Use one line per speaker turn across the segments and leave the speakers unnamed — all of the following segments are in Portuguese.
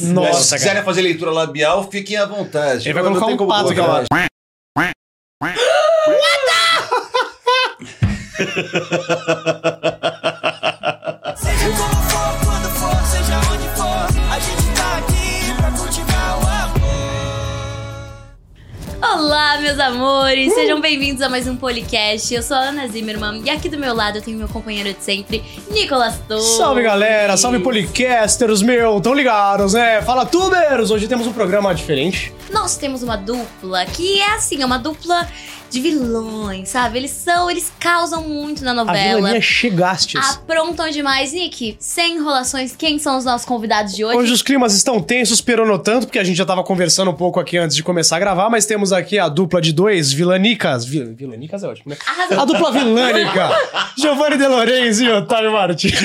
Nossa,
se
cara.
quiserem fazer leitura labial, fiquem à vontade.
Ele vai
Eu não
colocar
tenho
um
como
pato aqui, eu
colocar.
acho.
Seja como for, quando for, seja onde for, a gente tá aqui pra cultivar o amor.
Olá, meus
Uhum.
amores! Sejam bem-vindos a mais um podcast. Eu sou a Ana Zimmermann e aqui do meu lado eu tenho meu companheiro de sempre, Nicolas Torres.
Salve galera, salve policasters, meu, tão ligados, né? Fala tubers! Hoje temos um programa diferente.
Nós temos uma dupla que é assim, é uma dupla de vilões, sabe? Eles são, eles causam muito na
A
novela.
vilania é Chegastes.
Aprontam demais, Nick. Sem enrolações, quem são os nossos convidados de hoje?
Hoje os climas estão tensos, peronou tanto, porque a gente já tava conversando um pouco aqui antes de começar a gravar, mas temos aqui a dupla de dois vilanicas. vil- Vilanicas é ótimo, né?
Arrasou.
A dupla vilânica! Giovanni De Lorenzo e Otávio Martins.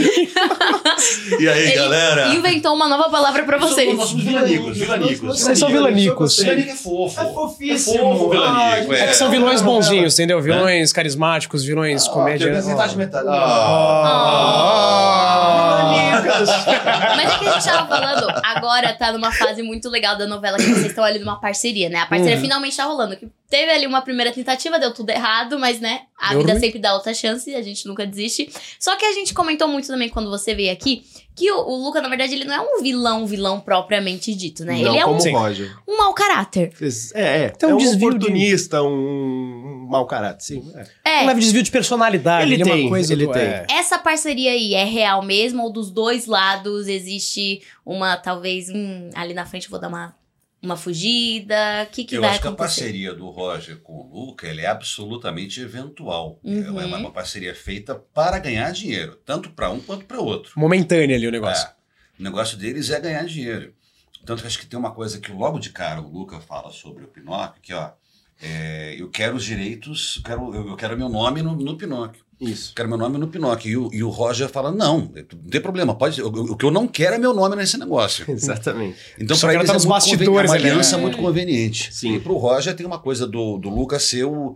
E aí,
Ele
galera?
inventou uma nova palavra pra vocês.
Nós somos vilanicos, vilanicos.
Vocês são vilanicos.
Vilanico é fofo.
É fofíssimo.
É fofo, vilanico.
É Né? que são vilões bonzinhos, entendeu? Vilões carismáticos, vilões comédia. né?
Metade, metade.
Ah.
Ah.
Mas é que a gente tava falando, agora tá numa fase muito legal da novela que vocês estão ali numa parceria, né? A parceria
Uhum.
finalmente tá rolando. Que teve ali uma primeira tentativa, deu tudo errado, mas né, a
Deu
vida
ruim.
sempre dá outra chance e a gente nunca desiste. Só que a gente comentou muito também quando você veio aqui que o, o Luca, na verdade, ele não é um vilão, vilão propriamente dito, né? ele é um,
como
Sim.
Roger.
um mau caráter.
É, é.
Tem um
é um
desvio de-
oportunista, um, um mau caráter, sim. é.
É.
Um leve desvio de personalidade.
Ele
Ele, é
tem,
uma coisa
ele
do-
tem.
é.
Essa parceria aí é real mesmo? Ou dos dois lados existe uma, talvez, hum, ali na frente eu vou dar uma, uma fugida? O que, que
Eu
vai
acho que a
acontecer?
parceria do Roger com o Luca ela é absolutamente eventual. É uma,
Uhum.
uma parceria feita para ganhar dinheiro, tanto para um quanto para outro.
Momentâneo ali o negócio.
É. O negócio deles é ganhar dinheiro. Tanto que acho que tem uma coisa que logo de cara o Luca fala sobre o Pinóquio, que ó, é, eu quero os direitos, eu quero, eu, eu quero meu nome no, no Pinóquio.
Isso.
Eu quero meu nome no Pinóquio. E o, e o Roger fala, não, não tem problema, pode, eu- eu- o que eu não quero é meu nome nesse negócio.
Exatamente.
Então,
Só
para
que ela
eles
tá
é
nos
muito
bastidores
conveniente, é
ali,
uma
né?
aliança muito conveniente.
Sim.
E pro Roger tem uma coisa do, do Lucas ser o,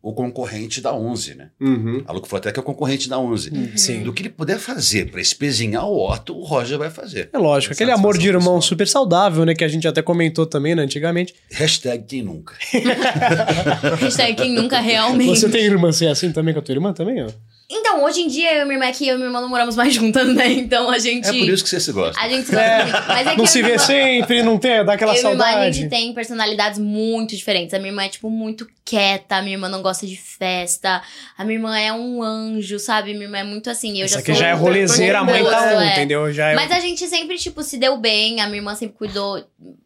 o concorrente da 11, né?
Uhum.
A Luca falou até que é o concorrente da 11.
Uhum. Sim.
Do que ele puder fazer para espezinhar o Otto, o Roger vai fazer.
É lógico, aquele
Satisfação
amor de irmão
pessoal.
super saudável, né? Que a gente até comentou também, né, antigamente.
Hashtag quem nunca.
Hashtag quem nunca realmente.
Você tem irmã, você é assim também com a tua irmã também, ó?
Então, hoje em dia, eu e minha irmã aqui, eu e minha irmã não moramos mais juntas, né? Então a gente.
É por isso que você se gosta.
A gente se gosta muito. Mas é que
Não
eu
se
e minha
vê
irmã-
sempre, não tem, dá aquela
Eu e minha irmã, a gente
saudade.
tem personalidades muito diferentes. A minha irmã é, tipo, muito quieta, a minha irmã não gosta de festa, a minha irmã é um anjo, sabe? Minha irmã é muito assim. Eu
Isso
já
aqui
sou
já é
outra-
rolezeira, a mãe tá
Gosto,
um,
é.
entendeu? Já é...
Mas a gente sempre, tipo, se deu bem, a minha irmã sempre cuidou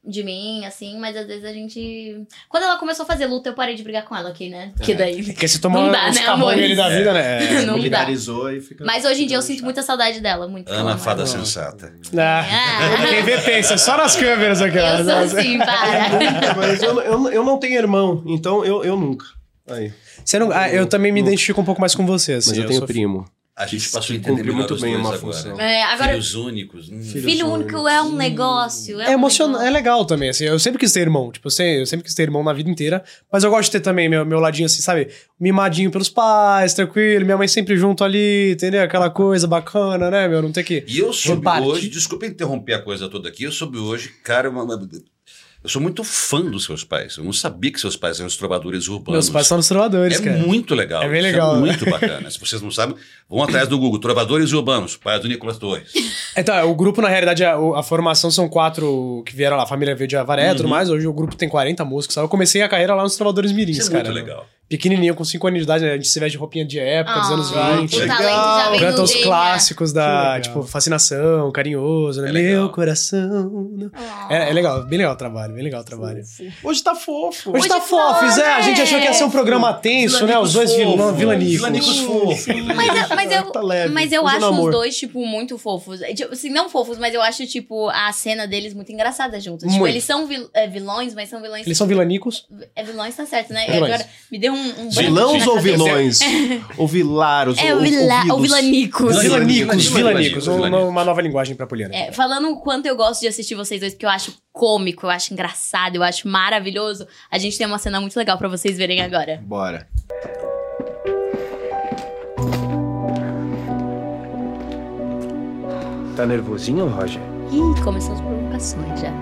de mim, assim, mas às vezes a gente. Quando ela começou a fazer luta, eu parei de brigar com ela, ok, né? Porque daí.
Porque se tomar
Não dá,
os
né,
cabulhos
amores?
ali da vida,
É,
né?
Não dá.
Militarizou e fica...
Mas hoje em dia eu sinto muita saudade dela, muito.
Ana,
ela-
fada sensata.
Ah,
Ah,
Quem vê pensa, só nas câmeras aqui. ó.
eu sou assim, para.
É, Mas eu, eu, eu não tenho irmão, então eu, eu nunca. Aí.
Você não, ah, eu também me identifico um pouco mais com você, assim.
Mas eu tenho
sou-
primo.
A gente
Isso
passou a entender
cumpriu
melhor
muito
os
bem
dois
uma
agora.
função.
É, agora,
Filhos únicos. hum.
filho único é um negócio.
É
um
emocionante, é
negócio.
legal também, assim. Eu sempre quis ter irmão, tipo, eu sei- eu sempre quis ter irmão na vida inteira, mas eu gosto de ter também meu, meu ladinho, assim, sabe? Mimadinho pelos pais, tranquilo, minha mãe sempre junto ali, entendeu? Aquela coisa bacana, né, meu? Não ter que.
E eu soube
Reparte.
hoje, desculpa interromper a coisa toda aqui, eu soube hoje, cara, uma- uma- eu sou muito fã dos seus pais. Eu não sabia que seus pais eram os trovadores urbanos.
Meus pais são nos trovadores,
é
cara.
muito legal.
É bem
isso
legal, né?
muito bacana. Se vocês não sabem, vão atrás do Google. Trovadores urbanos, pai do Nicolas Torres.
Então, é, o grupo, na realidade, a, o- a formação são quatro que vieram lá, a família veio de Avaré e tudo
Uhum.
mais. Hoje o grupo tem 40 músicos. sabe? Eu comecei a carreira lá nos Trovadores Mirins,
Isso é
cara.
muito legal.
Pequenininho, com 5 anos de idade, né? a gente se veste de roupinha de época, dos
Ah,
É, anos
O
20.
legal.
talento já vem
Canta
no né?
os
DNA.
clássicos
Que
da,
legal.
tipo, fascinação, carinhoso, né?
É legal.
Meu coração. né?
Ah.
É, é legal, bem legal o trabalho, bem legal o trabalho.
Hoje tá fofo.
Hoje,
Hoje
tá
tá
fofo, Zé. A gente
leve.
achou que ia ser um programa tenso, né? Os dois
Vilanicos
vilão,
fofos.
vilanicos.
Vilanicos fofos.
Mas, eu- mas eu,
Tá leve,
mas eu
usa
acho
no amor.
os dois, tipo, muito fofos. É, Tipo, assim, não fofos, mas eu acho, tipo, a cena deles muito engraçada juntos. Tipo,
Muito.
eles são vil- é, vilões, mas são vilões.
Eles são vilanicos.
É vilões, tá certo, né?
Vilões.
Agora, me deu um. um branco
Vilãos
na
ou
cabeça.
vilões? ou vilaros?
É, o
ou,
vila, ou
ouvidos?
vilanicos.
Vilanicos.
Vilanicos,
Vilanicos,
vilanicos. Uma,
vilanicos.
uma nova linguagem pra Poliana.
É, falando o quanto eu gosto de assistir vocês dois, porque eu acho cômico, eu acho engraçado, eu acho maravilhoso, a gente tem uma cena muito legal pra vocês verem agora.
Bora.
Tá nervosinho, Roger?
Ih, começou as provocações. informações já.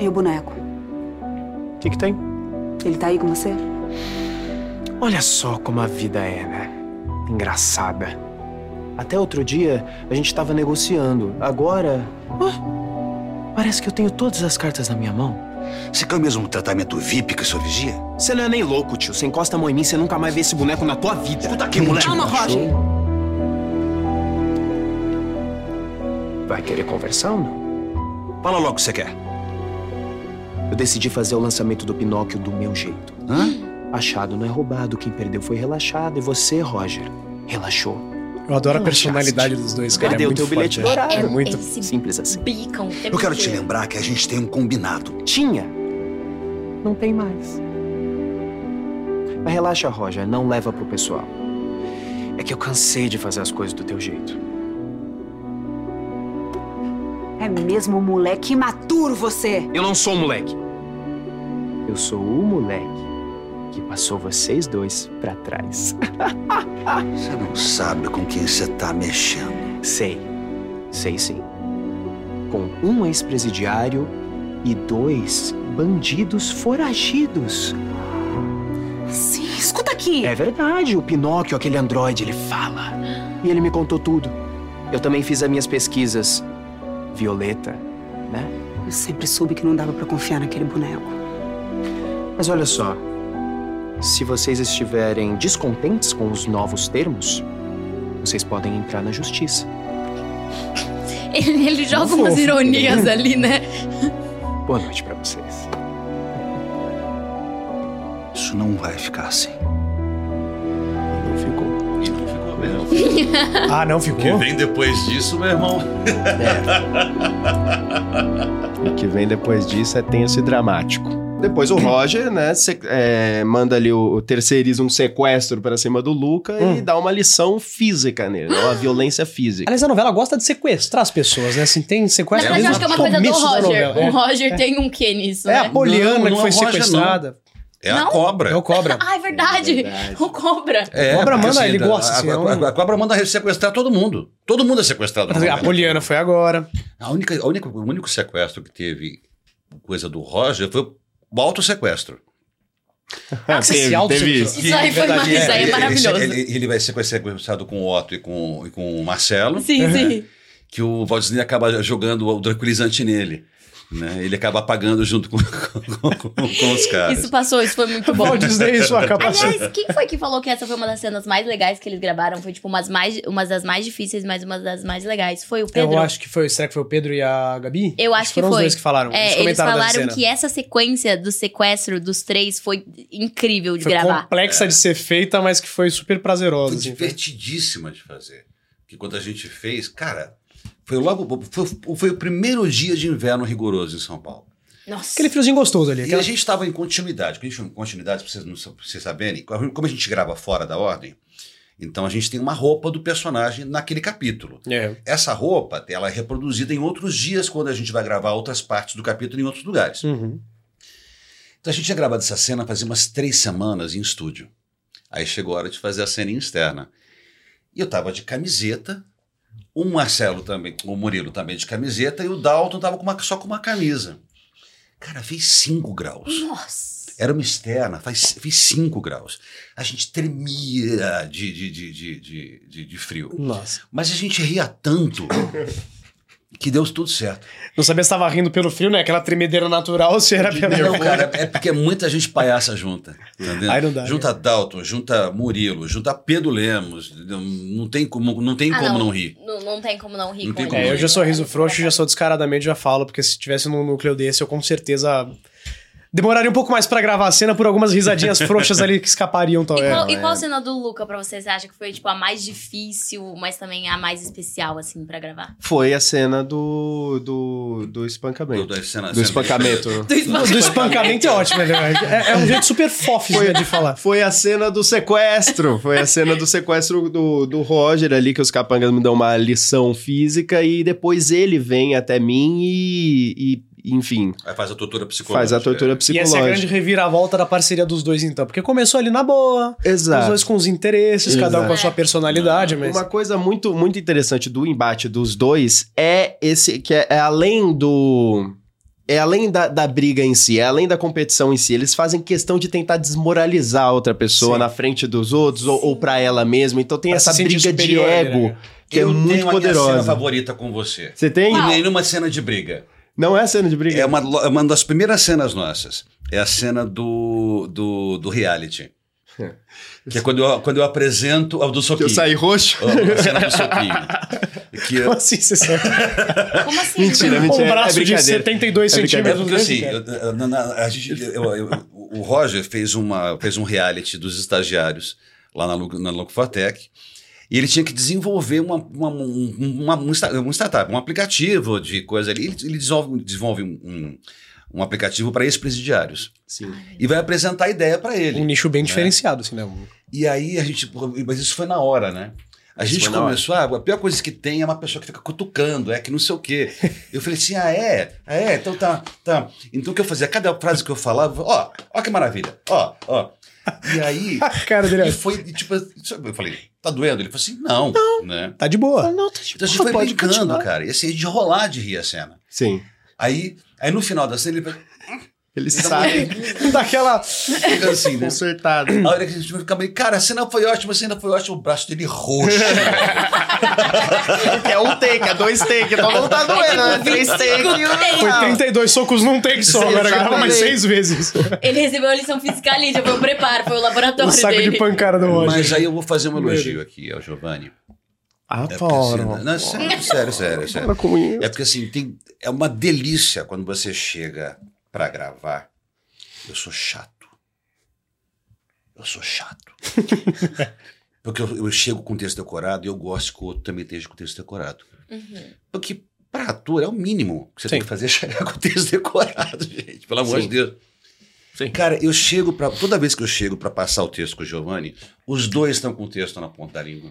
E o boneco?
O que, que tem?
Ele tá aí com você?
Olha só como a vida é, né? Engraçada. Até outro dia a gente tava negociando. Agora. ah, parece que eu tenho todas as cartas na minha mão.
Você quer o mesmo tratamento VIP que o seu vigia?
Você não é nem louco, tio. Você encosta a mão em mim, você nunca mais vê esse boneco na tua vida.
Escuta aqui, moleque.
Calma, Roger.
Vai querer conversar ou não?
Fala logo o que você quer.
Eu decidi fazer o lançamento do Pinóquio do meu jeito.
Hã?
Achado não é roubado, quem perdeu foi relaxado. E você, Roger, relaxou.
Eu adoro a
Hum,
Relaxaste.
personalidade dos dois, cara.
Perdeu
é
o
muito
teu
foda.
bilhete dourado.
É,
muito
eles se
Simples assim.
bicam. o tempo
Eu quero te
inteiro.
lembrar que a gente tem um combinado.
Tinha. Não tem mais. Mas relaxa, Roger. Não leva pro pessoal. É que eu cansei de fazer as coisas do teu jeito.
É mesmo moleque imaturo você.
Eu não sou um moleque. Eu sou o moleque que passou vocês dois pra trás.
Você não sabe com quem você tá mexendo.
Sei. Sei sim. Com um ex-presidiário e dois bandidos foragidos.
Sim, escuta aqui.
É verdade, o Pinóquio, aquele androide, ele fala. E ele me contou tudo. Eu também fiz as minhas pesquisas. Violeta, né?
Eu sempre soube que não dava pra confiar naquele boneco.
Mas olha só. Se vocês estiverem descontentes com os novos termos, vocês podem entrar na justiça.
Ele, ele joga
Fofo.
umas ironias ali, né?
Boa noite pra vocês.
Isso não vai ficar assim.
Não ficou.
E não ficou mesmo.
É.
Ah, não,
O que
ficou?
vem depois disso, meu irmão.
O que vem depois disso é tenso e dramático. Depois o Roger, né, se- é, manda ali o, o terceiriza um sequestro pra cima do Luca
Hum.
e dá uma lição física nele, né, uma violência física.
Aliás, a novela gosta de sequestrar as pessoas, né? Assim, tem
Na
sequestro.
verdade, eu acho que é uma coisa do
começo da
Roger.
novela, é.
O Roger tem um quê nisso,
É a
né?
Poliana
Não, não
que foi
é o Roger,
sequestrada.
É
Não?
a cobra.
É o Cobra.
Ah, é verdade. O cobra.
É,
Cobra
porque,
manda, ele gosta,
a-
assim,
a,
é um-
a cobra manda sequestrar todo mundo. Todo mundo é sequestrado. na
A
novela.
Poliana foi agora.
A única, a única- o único sequestro que teve coisa do Roger foi o auto-sequestro.
Ah,
Esse auto-sequestro.
isso.
Isso aí
Que,
foi
na verdade,
mais- isso aí é
ele-
maravilhoso.
Ele, ele- ele vai ser sequestrado com o Otto e com, e com o Marcelo,
Sim, sim.
que o Walt acaba jogando o tranquilizante nele. né? Ele acaba apagando junto com, com- com- com os caras.
Isso passou, isso foi
Tá
muito bom.
Walt Disney e sua capacidade.
Aliás, quem foi que falou que essa foi uma das cenas mais legais que eles gravaram? Foi, tipo, umas, mais, umas das mais difíceis, mas uma das mais legais. Foi o Pedro.
Eu acho que foi. Será que foi o Pedro e a Gabi?
Eu acho que
foram os
foi.
dois que falaram.
É,
eles
eles
comentaram dessa
falaram
cena.
que essa sequência do sequestro dos três foi incrível de
foi
gravar.
complexa de ser feita, mas que foi super prazerosa.
Foi
assim.
Então, divertidíssima de fazer. Que quando a gente fez, cara, foi logo. Foi, foi o primeiro dia de inverno rigoroso em São Paulo.
Nossa.
Aquele friozinho gostoso ali.
E a
Aquela...
gente estava em continuidade. Quando a gente em continuidade, pra vocês, não, sa- pra vocês saberem, como a gente grava fora da ordem, então a gente tem uma roupa do personagem naquele capítulo.
É.
Essa roupa, ela é reproduzida em outros dias, quando a gente vai gravar outras partes do capítulo em outros lugares.
Uhum.
Então a gente tinha gravado essa cena fazia umas três semanas em estúdio. Aí chegou a hora de fazer a cena externa. E eu tava de camiseta, o Marcelo também, o Murilo também de camiseta, e o Dalton tava com uma- só com uma camisa. Cara, fez 5 graus.
Nossa.
Era uma externa, faz, fez 5 graus. A gente tremia de, de, de, de, de, de- de frio.
Nossa.
Mas a gente ria tanto que deu tudo certo.
Não sabia se tava rindo pelo frio, né? Aquela tremedeira natural ou se era
Não,
pela.
cara, é porque é muita gente palhaça junta. Entendeu?
Aí não dá, né?
junta Dalton, junta Murilo, junta Pedro Lemos. entendeu? Não tem como não, tem
Ah,
como
não.
não. rir.
Não, não tem como não rir
Não
com
tem
ele.
como
É, eu já sou riso frouxo, já sou descaradamente, já falo, porque se tivesse num núcleo desse, eu com certeza demoraria um pouco mais pra gravar a cena por algumas risadinhas frouxas ali que escapariam, é.
E
talvez.
qual, e qual cena do Luca pra você, você acha que foi, tipo, a mais difícil, mas também a mais especial, assim, pra gravar?
Foi a cena do, do, do espancamento.
Do- da cena-
do
cena-
espancamento.
Do espancamento é ótimo, né? É, é um jeito super fofo né, de falar.
Foi a cena do sequestro. Foi a cena do sequestro do, do Roger ali, que os capangas me dão uma lição física e depois ele vem até mim e, e- enfim,
Aí faz a tortura psicológica.
faz a tortura
E
psicológica.
essa é a grande reviravolta da parceria dos dois, então. Porque começou ali na boa, os
Exato.
dois com os interesses, cada um com a
Exato.
sua personalidade, mas.
Uma coisa muito, muito interessante do embate dos dois é esse que é, é além do. É além da, da briga em si, é além da competição em si. Eles fazem questão de tentar desmoralizar a outra pessoa
Sim.
na frente dos outros ou, ou pra ela mesma. Então tem
Pra
essa
se sentir
briga
superior,
de
né,
ego
cara?
que é
eu
muito
tenho a minha cena
poderosa.
favorita com você.
Você tem?
E nem numa cena de briga.
Não é cena de briga?
É uma, lo- é uma das primeiras cenas nossas. É a cena do, do, do reality. Que é quando eu, quando eu apresento a do
que
soquinho.
eu saí roxo.
A- a cena do soquinho. Que é eu-
Como assim, você sabe?
Como assim?
Mentira, mentira.
Um
é
braço de
brincadeira.
72
É
é
centímetros.
porque assim,
né, cara?
eu- eu- na- na- a gente- eu- eu- o Roger fez, uma, fez um reality dos estagiários lá na, Lu- na Locufatec. E ele tinha que desenvolver uma, uma- um, uma- um sta- um startup, um aplicativo de coisa ali. Ele, ele desenvolve, desenvolve um, um aplicativo para ex-presidiários.
Sim.
E vai apresentar a ideia para ele.
Um nicho bem diferenciado, assim, né? Um-
E aí a gente. pô, Mas isso foi na hora, né? A
Isso
gente
foi na
começou, ah, a pior coisa que tem é uma pessoa que fica cutucando, é que não sei o quê. Eu falei assim, ah, é? Ah, é? Então tá, tá. Então o que eu fazia? Cada frase que eu falava, ó, ó que maravilha, ó, ó. E aí,
A cara dele
e
ó,
foi, e tipo, eu falei, tá doendo? Ele falou assim, não, não. né?
tá de boa.
Então a gente foi brincando, cara. E assim, de rolar de rir a cena.
Sim.
Aí, aí no final da cena, ele
Ele
Então,
sai
Daquela.
fica assim, né?
consertado.
A hora que a gente fica meio, cara, a cena foi ótima, a cena foi ótima, o braço dele roxo.
é um take, é dois take. Então não tá
é
doendo, né? Três take.
Foi
não.
32 socos num take só. Agora grava mais
Exatamente.
seis vezes.
Ele recebeu a lição física ali, já foi o preparo, foi o laboratório
O saco
dele.
de pancada do Roger.
Mas aí eu vou fazer um elogio aqui ao Giovanni.
Ah,
É porque, assim,
Paulo.
não, sério, sério, sério, sério. É porque assim, tem, é uma delícia quando você chega pra gravar. Eu sou chato. Eu sou chato. porque eu, eu chego com um texto decorado e eu gosto que o outro também esteja com texto decorado. Porque pra ator é o mínimo que você tem
Sim.
que fazer é chegar com o texto decorado, gente. Pelo amor
Sim.
de Deus. Cara, eu chego pra. Toda vez que eu chego pra passar o texto com o Giovanni, os dois estão com o texto na ponta da língua.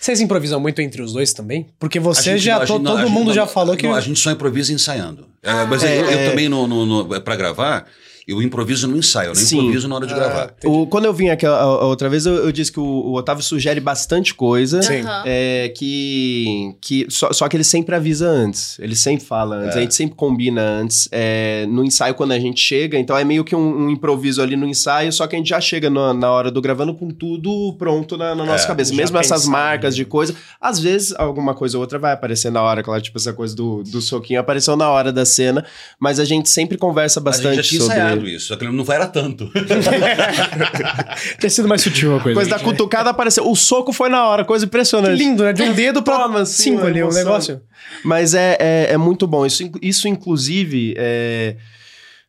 Vocês improvisam muito entre os dois também? Porque você
A gente
já.
não- a
to-
gente não- a
todo
gente
mundo
não-
já falou que. Ah,
não, a gente só improvisa ensaiando. É, mas eu- eu,
é.
também, no, no, no- pra gravar, eu improviso no ensaio, eu não
Sim.
improviso na hora
Ah,
de gravar.
O- quando eu vim aqui a, a outra vez, eu, eu disse que o, o Otávio sugere bastante coisa.
Sim.
Aham.
É, que, que só, só que ele sempre avisa antes, ele sempre fala antes,
É.
a gente sempre combina antes é, no ensaio quando a gente chega, então é meio que um, um improviso ali no ensaio, só que a gente já chega na, na hora do gravando com tudo pronto na, na nossa
É,
cabeça,
já
mesmo essas
pensando.
marcas de coisa, às vezes alguma coisa ou outra vai aparecer na hora, claro, tipo essa coisa do, do soquinho apareceu na hora da cena, mas a gente sempre conversa
a
bastante
gente já tinha
sobre
ensaiado isso, só que não era tanto.
Ter sido mais sutil a coisa.
Coisa da cutucada apareceu. O soco foi na hora, coisa
Que
impressionante.
lindo, né? De um dedo pra
Toma, assim,
cinco
uma
ali, um
emoção.
negócio.
Mas é, é, é muito bom. Isso, in- isso inclusive, é,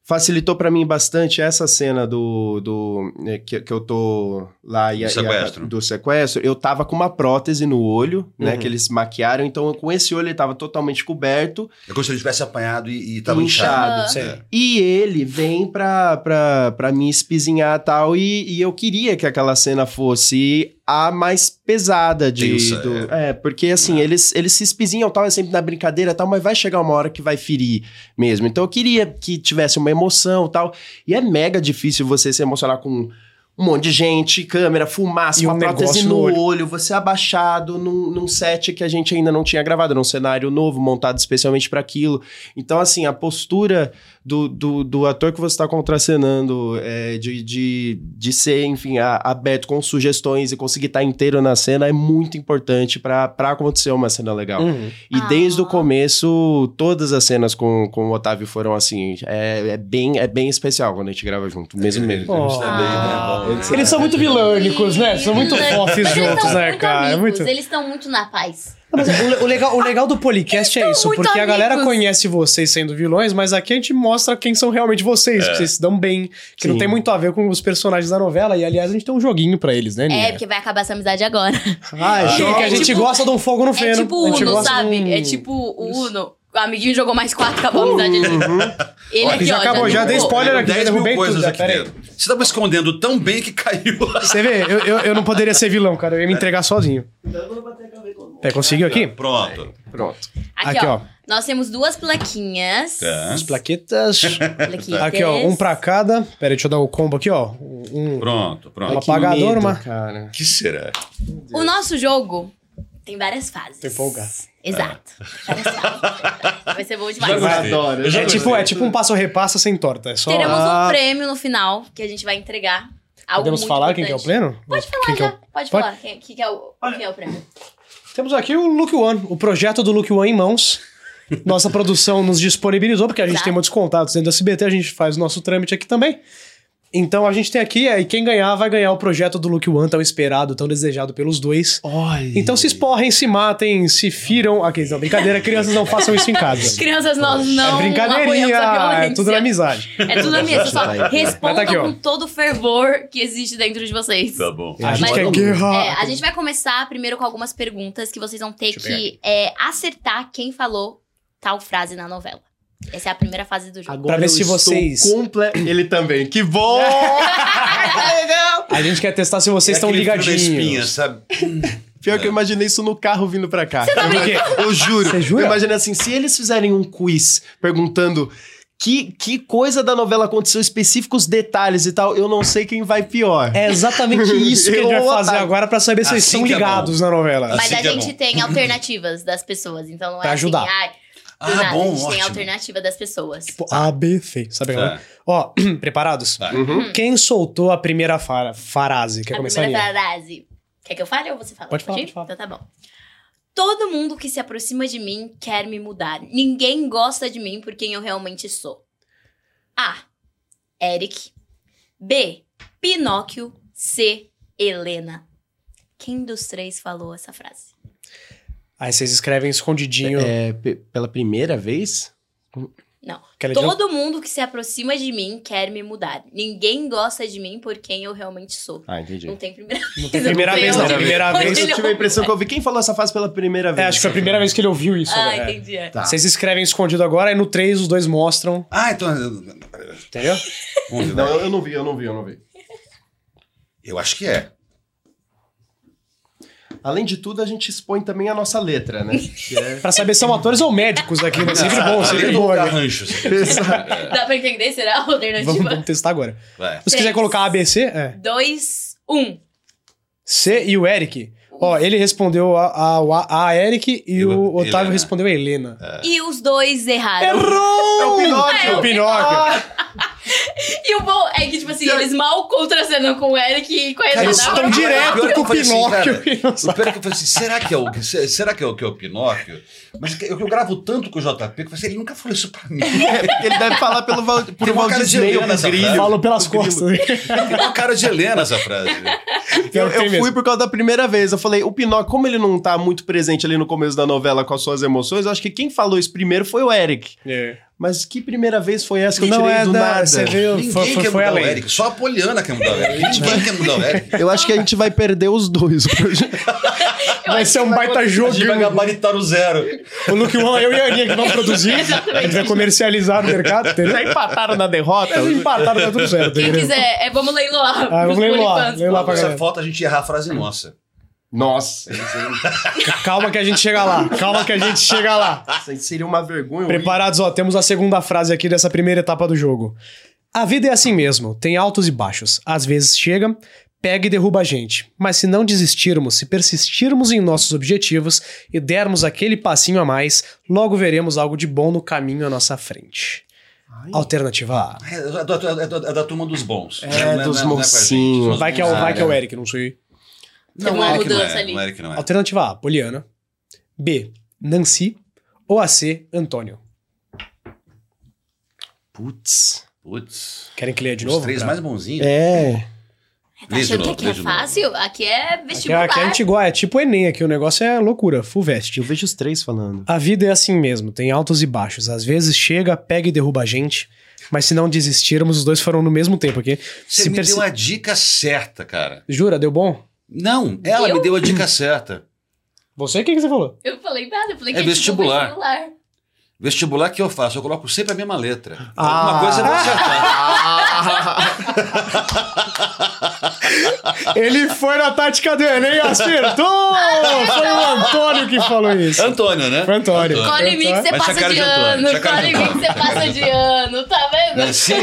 facilitou pra mim bastante essa cena do. do né, que, que eu tô lá e a-
Do sequestro.
e a- do sequestro. Eu tava com uma prótese no olho, né?
Uhum.
Que eles maquiaram. Então, com esse olho, ele tava totalmente coberto.
É como se ele tivesse apanhado e, e tava inchado. É.
inchado.
Ah.
Sim.
E ele vem pra, pra, pra me espizinhar e tal, e, e eu queria que aquela cena fosse a mais pesada de...
Tensa,
do- é. porque assim, eles, eles se espizinham e tal, é sempre na brincadeira e tal, mas vai chegar uma hora que vai ferir mesmo. Então eu queria que tivesse uma emoção e tal, e é mega difícil você se emocionar com... Um monte de gente, câmera, fumaça,
E
uma
um
prótese
negócio
no
no olho.
olho. você abaixado num, num set que a gente ainda não tinha gravado, era um cenário novo, montado especialmente pra aquilo. Então, assim, a postura do, do, do ator que você está contracenando, é, de, de, de ser, enfim, a- aberto com sugestões e conseguir estar inteiro na cena é muito importante para acontecer uma cena legal.
Uhum.
E
Ah.
desde o começo, todas as cenas com, com o Otávio foram assim. É, é, bem, é bem especial quando a gente grava junto, mesmo
Ele-
mesmo.
ele
Oh.
também, né?
Eles
Eles são muito vilânicos, né? São muito
Mas
fofos
É. eles
juntos,
são
né,
muito
cara? É
amigos,
muito.
Eles estão muito na paz.
Tá, Mas o, o legal, o legal do podcast é isso,
Ah, muito
porque a galera
amigos.
conhece vocês sendo vilões, mas aqui a gente mostra quem são realmente vocês, que vocês se dão bem, que não
É. Sim.
tem muito a ver com os personagens da novela. E aliás, a gente tem um joguinho pra eles, né, Nina?
É, porque vai acabar essa amizade agora.
Ah, é que a gente
tipo-
gosta de um fogo no feno.
É tipo
a gente
Uno,
gosta de
sabe?
um-
É tipo o Uno. O amiguinho jogou mais quatro, acabou a
Uhum.
amizade dele. Ele
Ó,
aqui,
já
ó,
acabou, já dei
derrubou.
spoiler. Olha aqui, já
10 é, mil
derrubei
coisas
tudo,
aqui
peraí.
dentro. Você tava escondendo tão bem que caiu.
Você vê, eu, eu, eu não poderia ser vilão, cara. Eu ia me entregar sozinho. Pé, conseguiu aqui?
Pronto.
Pronto.
Aqui, ó. Nós temos duas plaquinhas.
Tá.
As plaquetas.
Plaquetas.
aqui, ó. Um pra cada. Pera aí, deixa eu dar o combo aqui, ó. Um,
Pronto,
um
pronto.
apagador, uma...
Cara.
Que será?
O nosso jogo tem várias fases.
Tô empolgado.
Exato. Várias fases. Vai ser bom demais.
Eu Já gostei.
adoro.
Eu já
É tipo, é tipo um passo repassa sem torta. É só...
Teremos
Ah.
um prêmio no final que a gente vai entregar. Algo
Podemos
muito
falar quem que é o
importante.
pleno?
Pode falar
Quem que é
já.
o-
Pode,
Pode?
falar quem, que que é o, quem é o prêmio.
Temos aqui o Look One, o projeto do Look One em mãos. Nossa produção nos disponibilizou, porque a gente
Exato.
tem muitos contatos dentro do SBT, a gente faz o nosso trâmite aqui também. Então a gente tem aqui, aí quem ganhar vai ganhar o projeto do Look One, tão esperado, tão desejado pelos dois.
Olha.
Então se esporrem, se matem, se firam. Aqui, não, brincadeira, crianças não façam isso em casa.
Crianças, nós não
é brincadeirinha,
apoiamos a
é
violência.
tudo na amizade.
É tudo na minha. Só respondam
Mas tá aqui, ó.
com todo o fervor que existe dentro de vocês.
Tá bom.
A gente
Mas-
quer guerra.
É, a gente vai começar primeiro com algumas perguntas que vocês vão ter
Deixa eu
que é, acertar quem falou tal frase na novela. Essa é a primeira fase do jogo.
Pra ver se vocês-
Comple... Ele também. Que bom!
A gente quer testar se vocês
É
estão
aquele frio na espinha,
ligadinhos.
sabe?
Pior
É.
que eu imaginei isso no carro vindo pra cá. Eu juro.
Você jura?
Eu imaginei assim, se eles fizerem um quiz perguntando que, que coisa da novela aconteceu, específicos detalhes e tal, eu não sei quem vai pior.
É exatamente isso que a gente vai
Eu,
fazer
otário.
agora pra saber se vocês
Assim
estão
que é bom.
ligados na novela.
Mas
Assim
a
que é
gente
bom.
tem alternativas das pessoas, então não é
Pra
assim,
ajudar.
ai, do
Ah,
nada, a
bom,
gente tem a
ótimo.
alternativa das pessoas.
Tipo, ABC, sabe aquela?
Tá.
Ó, preparados?
Vai.
Quem soltou a primeira fara, farase? Quer
Uhum. a
começar,
primeira
Nina?
frase. Quer que eu fale ou você fala?
Pode falar, pode falar.
Então tá bom. Todo mundo que se aproxima de mim quer me mudar. Ninguém gosta de mim por quem eu realmente sou. A. Eric. B. Pinóquio. C. Helena. Quem dos três falou essa frase?
Aí vocês escrevem escondidinho.
É, pe- pela primeira vez?
Aquela é de-
Todo mundo que se aproxima de mim quer me mudar. Ninguém gosta de mim por quem eu realmente sou.
Ah, entendi.
Não um tem primeira vez.
Não tem primeira vez, não.
onde-
Primeira
onde
vez
ele
Eu tive a impressão que eu vi quem falou essa frase pela primeira
É,
vez.
acho que foi a primeira vez que ele ouviu isso.
Ah,
né?
entendi. é.
Tá.
Vocês escrevem escondido agora, aí no 3 os dois mostram,
Ah, então.
entendeu?
Onde
Não,
vai?
eu, eu não vi, eu não vi, eu não vi.
Eu acho que é.
Além de tudo, a gente expõe também a nossa letra, né? Que é...
Pra saber se são atores ou médicos aqui, né? Sempre bom, sempre bom. né?
Rancho,
Dá pra entender? Será a alternativa?
Vamos, vamos testar agora.
Vai.
Se quiser
Seis.
colocar ABC, é.
2, 1. Um.
C e o Eric. Ó, ele respondeu a, a, a Eric e
Eu-
o Otávio
Helena. É.
respondeu a Helena.
E os dois erraram.
É. Errou! É o Pinóquio!
É o
Ah,
Pinóquio!
E o bom é que, tipo assim, eles mal contracenam com o Eric e com a
Eles
Helena.
estão direto
Pior que
com
eu
o
falei assim,
Pinóquio.
cara,
e não
O pior é que eu falei assim, será que é o, se- será que é o, que é o Pinóquio? Mas que- eu, eu gravo tanto com o JP que eu falei assim, ele nunca falou isso pra mim.
Ele deve falar pelo Val, por
Tem um uma
Walt
cara de
Disney ou
Helena
pro
essa
Grilho.
frase.
Falam pelas
um
costas.
Ele tem uma cara de Helena essa frase.
Pior
Eu,
que tem
eu fui
mesmo.
por causa da primeira vez. Eu falei, o Pinóquio, como ele não tá muito presente ali no começo da novela com as suas emoções, eu acho que quem falou isso primeiro foi o Eric. Mas que primeira vez foi essa que eu
É. Não
tirei
é
do
da-
nada?
Você viu?
Ninguém
Foi, foi,
quer
foi
mudar o
além.
Eric, só a Poliana quer mudar o Eric. Ninguém quer mudar o Eric.
Eu acho que a gente vai perder os dois.
Vai ser um baita
A
jogo.
gente vai gabaritar o zero.
O Luke One, eu e a Aninha que vamos produzir. A gente vai comercializar no mercado, entendeu?
empataram na derrota?
Eles empataram, tá tudo certo.
Quem
entendeu?
quiser, é, vamos leiloar.
Ah, vamos
pros
leiloar.
OnlyFans.
Leiloar pra
Só
galera.
falta a gente errar a frase nossa.
Nossa,
Calma que a gente chega lá. Calma que a gente chega lá.
isso aí seria uma vergonha.
Preparados, ó, temos a segunda frase aqui dessa primeira etapa do jogo. A vida é assim mesmo, tem altos e baixos. Às vezes chega, pega e derruba a gente. Mas se não desistirmos, se persistirmos em nossos objetivos e dermos aquele passinho a mais, logo veremos algo de bom no caminho à nossa frente. Alternativa A.
É da, é da- é da turma dos bons.
É,
Não
dos
não- não com a gente.
mocinhos.
São os
Vai que é o,
bons.
vai que é o Eric, não sei.
Teve uma
o Eric não
mudança
é.
ali.
O Eric não é.
Alternativa A, Poliana. B, Nancy. Ou a C, Antônio.
Putz.
Putz.
Querem que leia de
Os
novo?
três
Pra-
mais bonzinhos.
É.
Tá
Lê de
achando que
novo,
aqui
lê
é
de novo.
fácil? Aqui é
Aqui é,
vestibular.
aqui é Antigua, é tipo Enem aqui, o negócio é loucura, full vest.
Eu vejo os três falando.
A vida é assim mesmo, tem altos e baixos. Às vezes chega, pega e derruba a gente. Mas se não desistirmos, os dois foram no mesmo tempo aqui.
Você
Se
me
perce-
deu a dica certa, cara.
Jura, deu bom?
Não, ela
Eu?
me deu a dica certa.
Você, o que, que você falou?
Eu falei nada, eu falei
É
que tipo
vestibular. Vestibular que eu faço, eu coloco sempre a mesma letra. é
Ah.
Alguma coisa eu vou acertar.
Ele foi na tática do Enem, acertou! Foi o Antônio que falou isso.
Antônio, né?
Foi Antônio.
Cola em mim
Uhum.
que
Mas
você
tinha
passa
cara
de
de Antônio,
ano.
tinha cara
Cola
de
em mim que
Antônio.
você passa de ano. Tá vendo?
Nancy,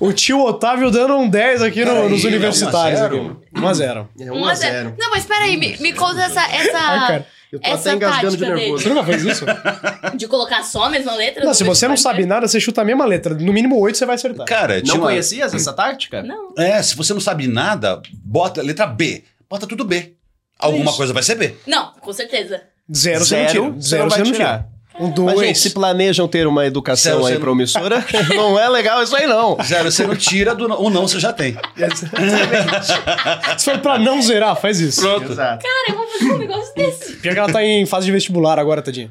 O tio Otávio dando um 10 aqui no-
Peraí,
nos
é
universitários.
1
1
a 0?
1x0.
É
1 a 0. Não, mas peraí, me, me conta essa,
Ai,
essa,
cara.
Eu tô
essa
até engasgando de
tática
nervoso.
Você
dele.
nunca fez isso?
De colocar só a mesma letra?
Não,
no
se você não
podcast?
sabe nada, você chuta a mesma letra. No mínimo 8 você vai acertar.
cara, tinha
Não
uma-
conhecias essa tática?
Não.
É, se você não sabe nada, bota letra B. Bota tudo B. Alguma coisa vai ser B.
Não, com certeza.
Zero, você não tira. Zero você
vai
não
tirar.
tira. Um
Mas, gente, se
dois.
planejam ter uma educação
Zero,
aí
zero.
promissora, não é legal isso aí, não.
Zero, você não tira do não. O não você já tem.
Se for pra não zerar, faz isso.
Pronto.
Exato.
Cara, eu vou fazer um negócio desse.
Pior que ela tá em fase de vestibular agora, tadinha.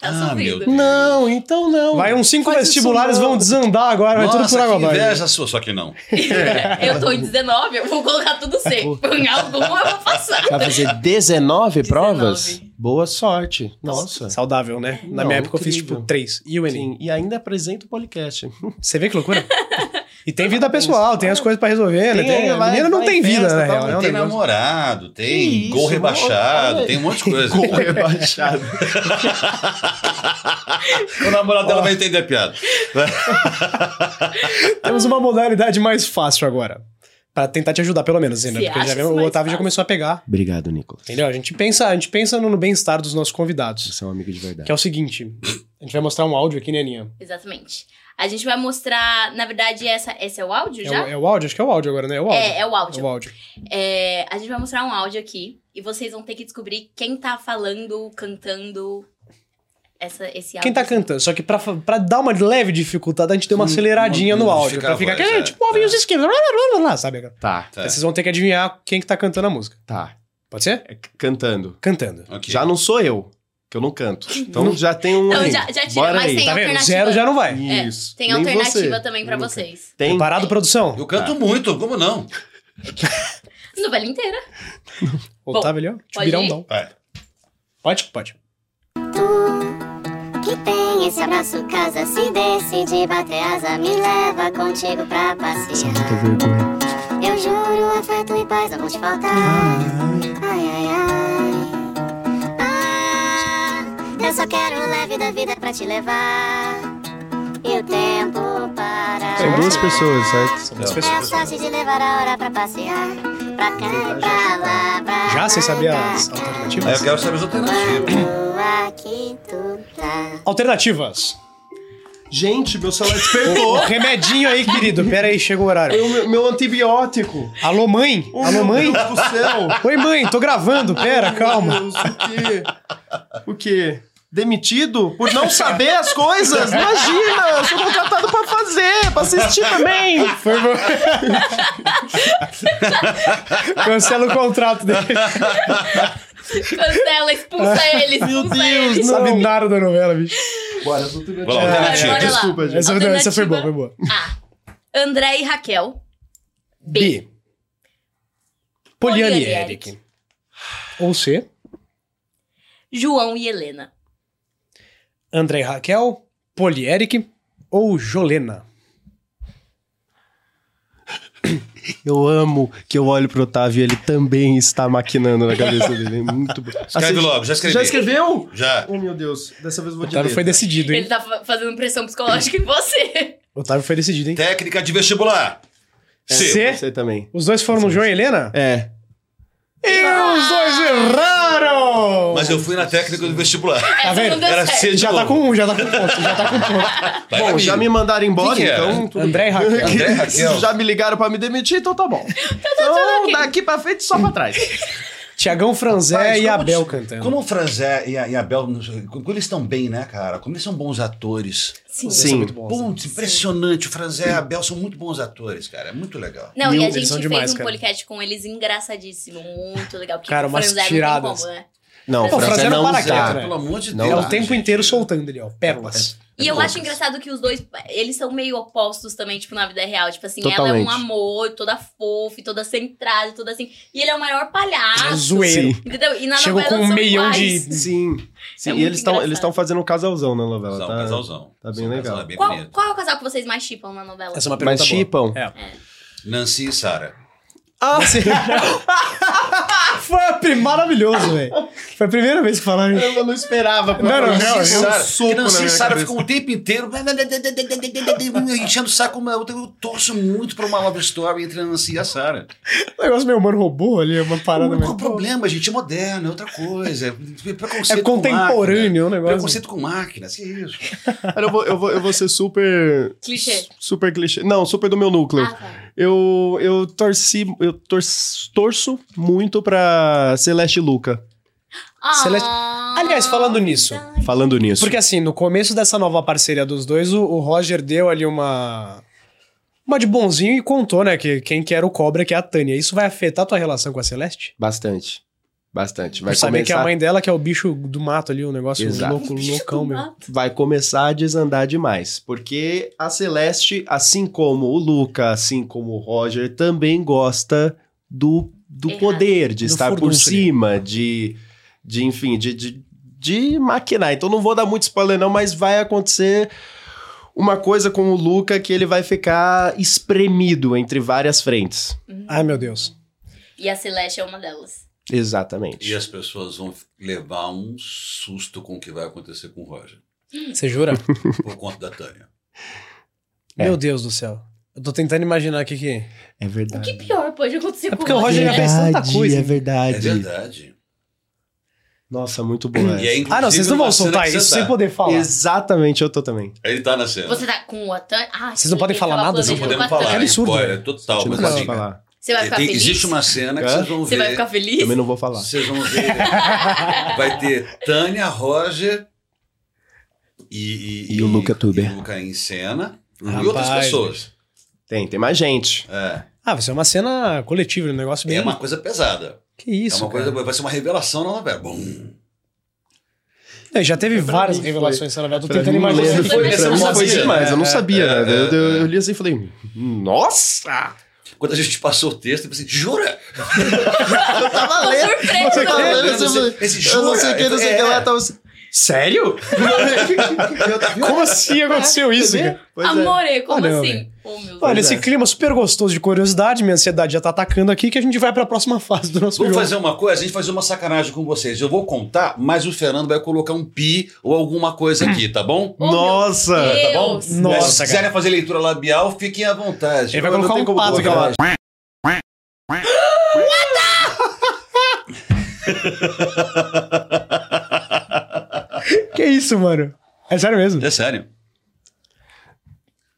Tá
Ah,
sofrido.
meu Deus.
Não, então não.
Vai uns cinco
Faz isso
vestibulares,
não.
vão desandar agora, vai Ah, tudo
Nossa,
por água
que
abaixo.
inveja sua, só que não.
É, Eu tô em 19, eu vou colocar tudo C. Em alguma eu vou passar.
Vai fazer 19 provas?
19.
Boa sorte. Nossa.
Saudável, né? Na
Não,
minha época eu fiz
incrível.
tipo três. E o Enem?
Sim, e ainda apresenta o podcast.
Você vê que loucura? E tem vida pessoal, tem as coisas pra resolver, né?
Tem,
Tem, a
vai-
menina não
vai
tem
em
vida,
festa, tá?
né?
tal,
Ela é um
tem
negócio-
namorado, tem
Que
gol
isso,
rebaixado,
olha.
tem um monte de coisa.
rebaixado.
o namorado dela vai entender a piada.
Temos uma modalidade mais fácil agora. Pra tentar te ajudar, pelo menos, ainda.
Você
Porque já
acha
vemos-
isso
o
mais
Otávio já
fácil?
começou a pegar.
Obrigado, Nicolas.
Entendeu? A gente pensa, a gente pensa no bem-estar dos nossos convidados.
Você é um amigo de verdade.
Que é o seguinte: a gente vai mostrar um áudio aqui, né, Aninha?
Exatamente. A gente vai mostrar, na verdade, essa, esse é o áudio
É
já?
o, é o áudio? Acho que é o áudio agora, né? É o áudio.
É, é o áudio.
É o áudio.
É, a gente vai mostrar um áudio aqui e vocês vão ter que descobrir quem tá falando, cantando essa, esse áudio.
Quem tá cantando? Só que pra, fa- pra dar uma leve dificuldade, a gente deu uma aceleradinha no
modificar
áudio.
a
Pra ficar
voz,
aquele,
é,
tipo, ouvir
tá.
os esquemas. Lá, lá, lá, lá, sabe? agora?
Tá,
Tá.
Aí Vocês vão ter que adivinhar quem que tá cantando a música.
tá.
Pode ser?
É c- Cantando.
Cantando.
Ok.
Já não sou eu, que eu não canto. Então já tem um.
Então
aí.
já, já tira,
Bora
mas
aí.
tem
Tá vendo?
alternativa.
Zero já não vai.
É,
Isso.
tem
Nem
alternativa
você.
também pra vocês.
Tem.
Preparado, produção?
Eu canto muito, como não?
Novela inteira.
Otávio ali, ó.
pode
Tibirão
ir?
não.
Vai.
Pode? Pode.
Que tem esse abraço, casa, se decide bater asa, me leva contigo pra passear. Eu juro, afeto e paz não vão te faltar. Ai, ai, ai. Ah, eu só quero o leve da vida pra te levar. E o tempo para.
São duas pessoas, certo?
São duas
Não.
É a
pessoas.
sorte de levar a hora pra passear. Pra cá e pra lá. Pra
Já? Vocês sabiam
lá,
as
Aí
É,
alternativas?
eu quero saber as alternativas.
Quando aqui tu tá.
Alternativas.
Gente, meu celular
O
despertou.
remedinho aí, querido. Pera aí, chegou o horário.
Eu- meu, meu antibiótico.
Alô, mãe?
Oh,
Alô,
meu
mãe?
Deus do céu.
Oi, mãe, tô gravando. Pera, calma.
Meu Deus, o quê? O quê? Demitido por não saber as coisas? Imagina! Eu sou contratado pra fazer, pra assistir também!
Foi bom. Cancela o contrato dele.
Cancela, expulsa ele, expulsa
Meu
ele.
Não
Deus,
sabe
não!
nada da novela, bicho.
Bora,
Vamos lá,
Vai,
alternativa.
bora lá.
Desculpa, gente.
Essa, não, essa foi
Alternativa
boa, foi boa.
A. André e Raquel. B.
B. Poliane e
Poliane e
Eric. Ou C.
João e Helena.
André e Raquel, Poli e Eric ou Jolena.
Eu amo que eu olho pro Otávio e ele também está maquinando na cabeça dele. É muito bom.
Escreve logo, já escrevi.
Já escreveu?
Já.
Oh, meu Deus. Dessa vez eu vou de
Otávio
letra.
foi decidido,
Ele
hein?
tá fa- fazendo pressão psicológica em você.
Otávio foi decidido, hein?
Técnica de vestibular.
É
C.
C.
Você também.
Os dois foram no João e Helena?
É.
E os dois erraram!
Mas eu fui na técnica do vestibular.
Essa
Tá vendo?
não deu
Era
certo.
C de
Já tá
novo.
com um, já tá com ponto, já tá com ponto.
Vai,
Bom,
amigo.
já me mandaram embora,
Que que é?
então... tudo
André e
bem.
Raquel.
André e Raquel.
Já me ligaram pra me demitir, então tá bom. Então, daqui pra frente, só pra trás.
Tiagão Franzé
Mas
e
como-
Abel cantando.
Como o Franzé e a, e a Bel, como eles estão bem, né, cara? Como eles são bons atores.
Sim.
Vocês
é
são muito bons, né?
Putz, impressionante. O Franzé e a Bel são muito bons atores, cara. É muito legal.
Não,
Meu,
e a
eles
gente
são
fez
demais,
um
cara.
podcast com eles engraçadíssimo, muito legal. Porque
Cara,
o
umas
Franzé não tem
tiradas.
como, né?
Não,
Não, o Franzé não para
usar.
quieto, né?
Pelo amor de
Não
Deus.
é o
dá,
tempo
gente.
inteiro soltando ali, ó. Pérolas.
E eu acho engraçado que os dois, eles são meio opostos também, tipo, na vida real. Tipo assim, ela é um
Totalmente.
amor, toda fofa, e toda centrada, e toda assim. E ele é o maior palhaço.
Zoeiro.
Entendeu? E na
Chegou
novela
com um
são
meião
iguais.
de.
Sim. Sim,
É muito
e eles estão
engraçado.
eles estão fazendo um casalzão na novela,
Casalzão,
tá?
casalzão.
tá bem
São um
legal.
casal bem
Qual,
bonito.
qual é o casal que vocês mais chipam na novela?
Essa é uma pergunta
Mas
boa.
chipam.
É.
Nancy e Sara.
Ah, sim. Foi a prim... maravilhoso, velho. Foi a primeira vez que falaram. isso.
Eu não esperava.
Não, não, não,
eu
eu- né?
soco na minha
Sara
cabeça.
ficou o tempo inteiro enchendo o saco uma outra. Eu torço muito pra uma love story entre a Nancy e a Sara.
Um negócio meio humano robô ali, uma parada
Qual
meio.
o problema, gente? É moderno, é outra coisa. É preconceito
É contemporâneo o
com máquina.
negócio.
Preconceito com máquinas, que isso.
Cara, eu vou, eu, vou, eu vou ser super.
Clichê.
Super clichê. Não, super do meu núcleo.
Ah, tá.
Eu, eu torci. Eu tor- torço muito pra Celeste Luca.
Celeste-
Ah,
Aliás, falando nisso.
Falando nisso.
Porque assim, no começo dessa nova parceria dos dois, o, o Roger deu ali uma. Uma de bonzinho e contou, né, que quem que era o cobra, que é a Tânia. Isso vai afetar a tua relação com a Celeste?
Bastante. Bastante. Vai
Por saber
começar,
que a mãe dela, que é o bicho do mato ali, um negócio
Exato.
louco, loucão mesmo.
vai começar a desandar demais. Porque a Celeste, assim como o Luca, assim como o Roger, também gosta do, do
Errado.
poder, de
Do
estar por
furdúncio ali.
cima, de, de enfim, de, de, de maquinar. Então não vou dar muito spoiler, não, mas vai acontecer. Uma coisa com o Luca que ele vai ficar espremido entre várias frentes.
Ai, meu Deus.
E a Celeste é uma delas.
Exatamente.
E é- as pessoas vão levar um susto com o que vai acontecer com o Roger.
Você jura?
Por conta da Tânia.
É.
Meu Deus do céu. Eu tô tentando imaginar o que que...
É
O
verdade.
que pior pode acontecer
É
com
porque o Roger já
né?
fez tanta coisa.
É
hein?
É
verdade.
verdade.
Nossa, muito boa.
E é, inclusive,
Ah, não, vocês não vão
uma cena
soltar
que você
isso
tá.
sem poder falar.
Exatamente, eu tô também.
Ele tá na cena.
Você tá com o Atan. Ah,
Vocês não podem
ele
falar
tava
nada,
Não
vocês
podemos
planejando com a Tânia.
falar. É
É absurdo,
spoiler, total.
Gente,
Mas
não pode
assim,
falar.
Você vai ficar
tem-
feliz?
existe uma cena que
Hã?
vocês vão
Você
ver.
vai ficar feliz?
Também não vou falar.
Vocês vão ver. Vai ter Tânia, Roger e,
E o Luca Tuber.
e o Luca em cena.
Rapaz,
e outras pessoas.
Tem, tem mais gente.
É,
Ah, vai ser uma cena coletiva, um negócio bem...
é uma coisa pesada.
Que isso,
é uma
cara.
coisa, vai ser uma revelação na novela. Bum.
Não, Já teve
Pra
várias
mim foi.
revelações nessa novela. Tô
Pra
tentando
mim,
imaginar.
lembro,
Você
foi,
também
pra
não
mim foi
sabia.
demais, eu não
É,
sabia.
é,
eu,
é.
eu- eu li assim e falei, nossa!
Quando a gente passou o texto, eu pensei, jura?
Eu tava
Tô surpresa.
tá
Esse
eu não sei o que, não sei o que lá, tava assim, é, sério?
Como assim aconteceu isso, cara?
Pois é.
Amore, como
Ah, não,
assim?
velho.
Oh, meu Deus.
Olha,
Pois
esse
é.
clima super gostoso de curiosidade, minha ansiedade já tá atacando aqui, que a gente vai pra próxima fase do nosso
Vamos
jogo.
fazer uma coisa, a gente vai fazer uma sacanagem com vocês. Eu vou contar, mas o Fernando vai colocar um pi ou alguma coisa aqui, tá bom?
Oh, meu
Nossa,
Deus.
tá bom?
Nossa,
Mas se
cara.
quiserem fazer leitura labial, fiquem à vontade.
Ele vai
Eu não
colocar
tenho
um
como
pato aqui, eu
colocar.
acho. Que isso, mano? É sério mesmo?
É sério.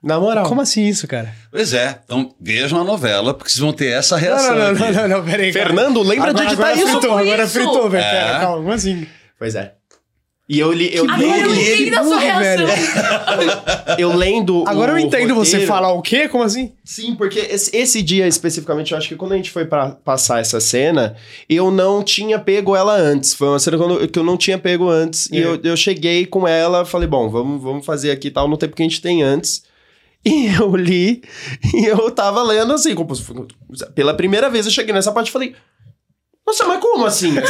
Na moral.
Como assim isso, cara?
Pois é. Então vejam a novela, porque vocês vão ter essa reação.
não, não,
aqui.
não, não, não, peraí. cara.
Fernando, lembra
agora,
de editar
agora
isso?
Fritou,
Foi
agora
isso?
fritou, velho.
É.
Pera, calma, como assim?
Pois é. E eu li, eu
Agora
li-
eu entendo a sua
Burro,
reação.
eu lendo. o
Agora eu entendo você
roteiro-
falar o quê? Como assim?
Sim, porque esse, esse dia especificamente, eu acho que quando a gente foi pra passar essa cena, eu não tinha pego ela antes. Foi uma cena quando- que eu não tinha pego antes. E
É.
eu, eu cheguei com ela, falei, bom, vamos, vamos fazer aqui e tal, no tempo que a gente tem antes. E eu li, e eu tava lendo assim, como se fosse- pela primeira vez eu cheguei nessa parte e falei. Nossa, mas como assim? Sério?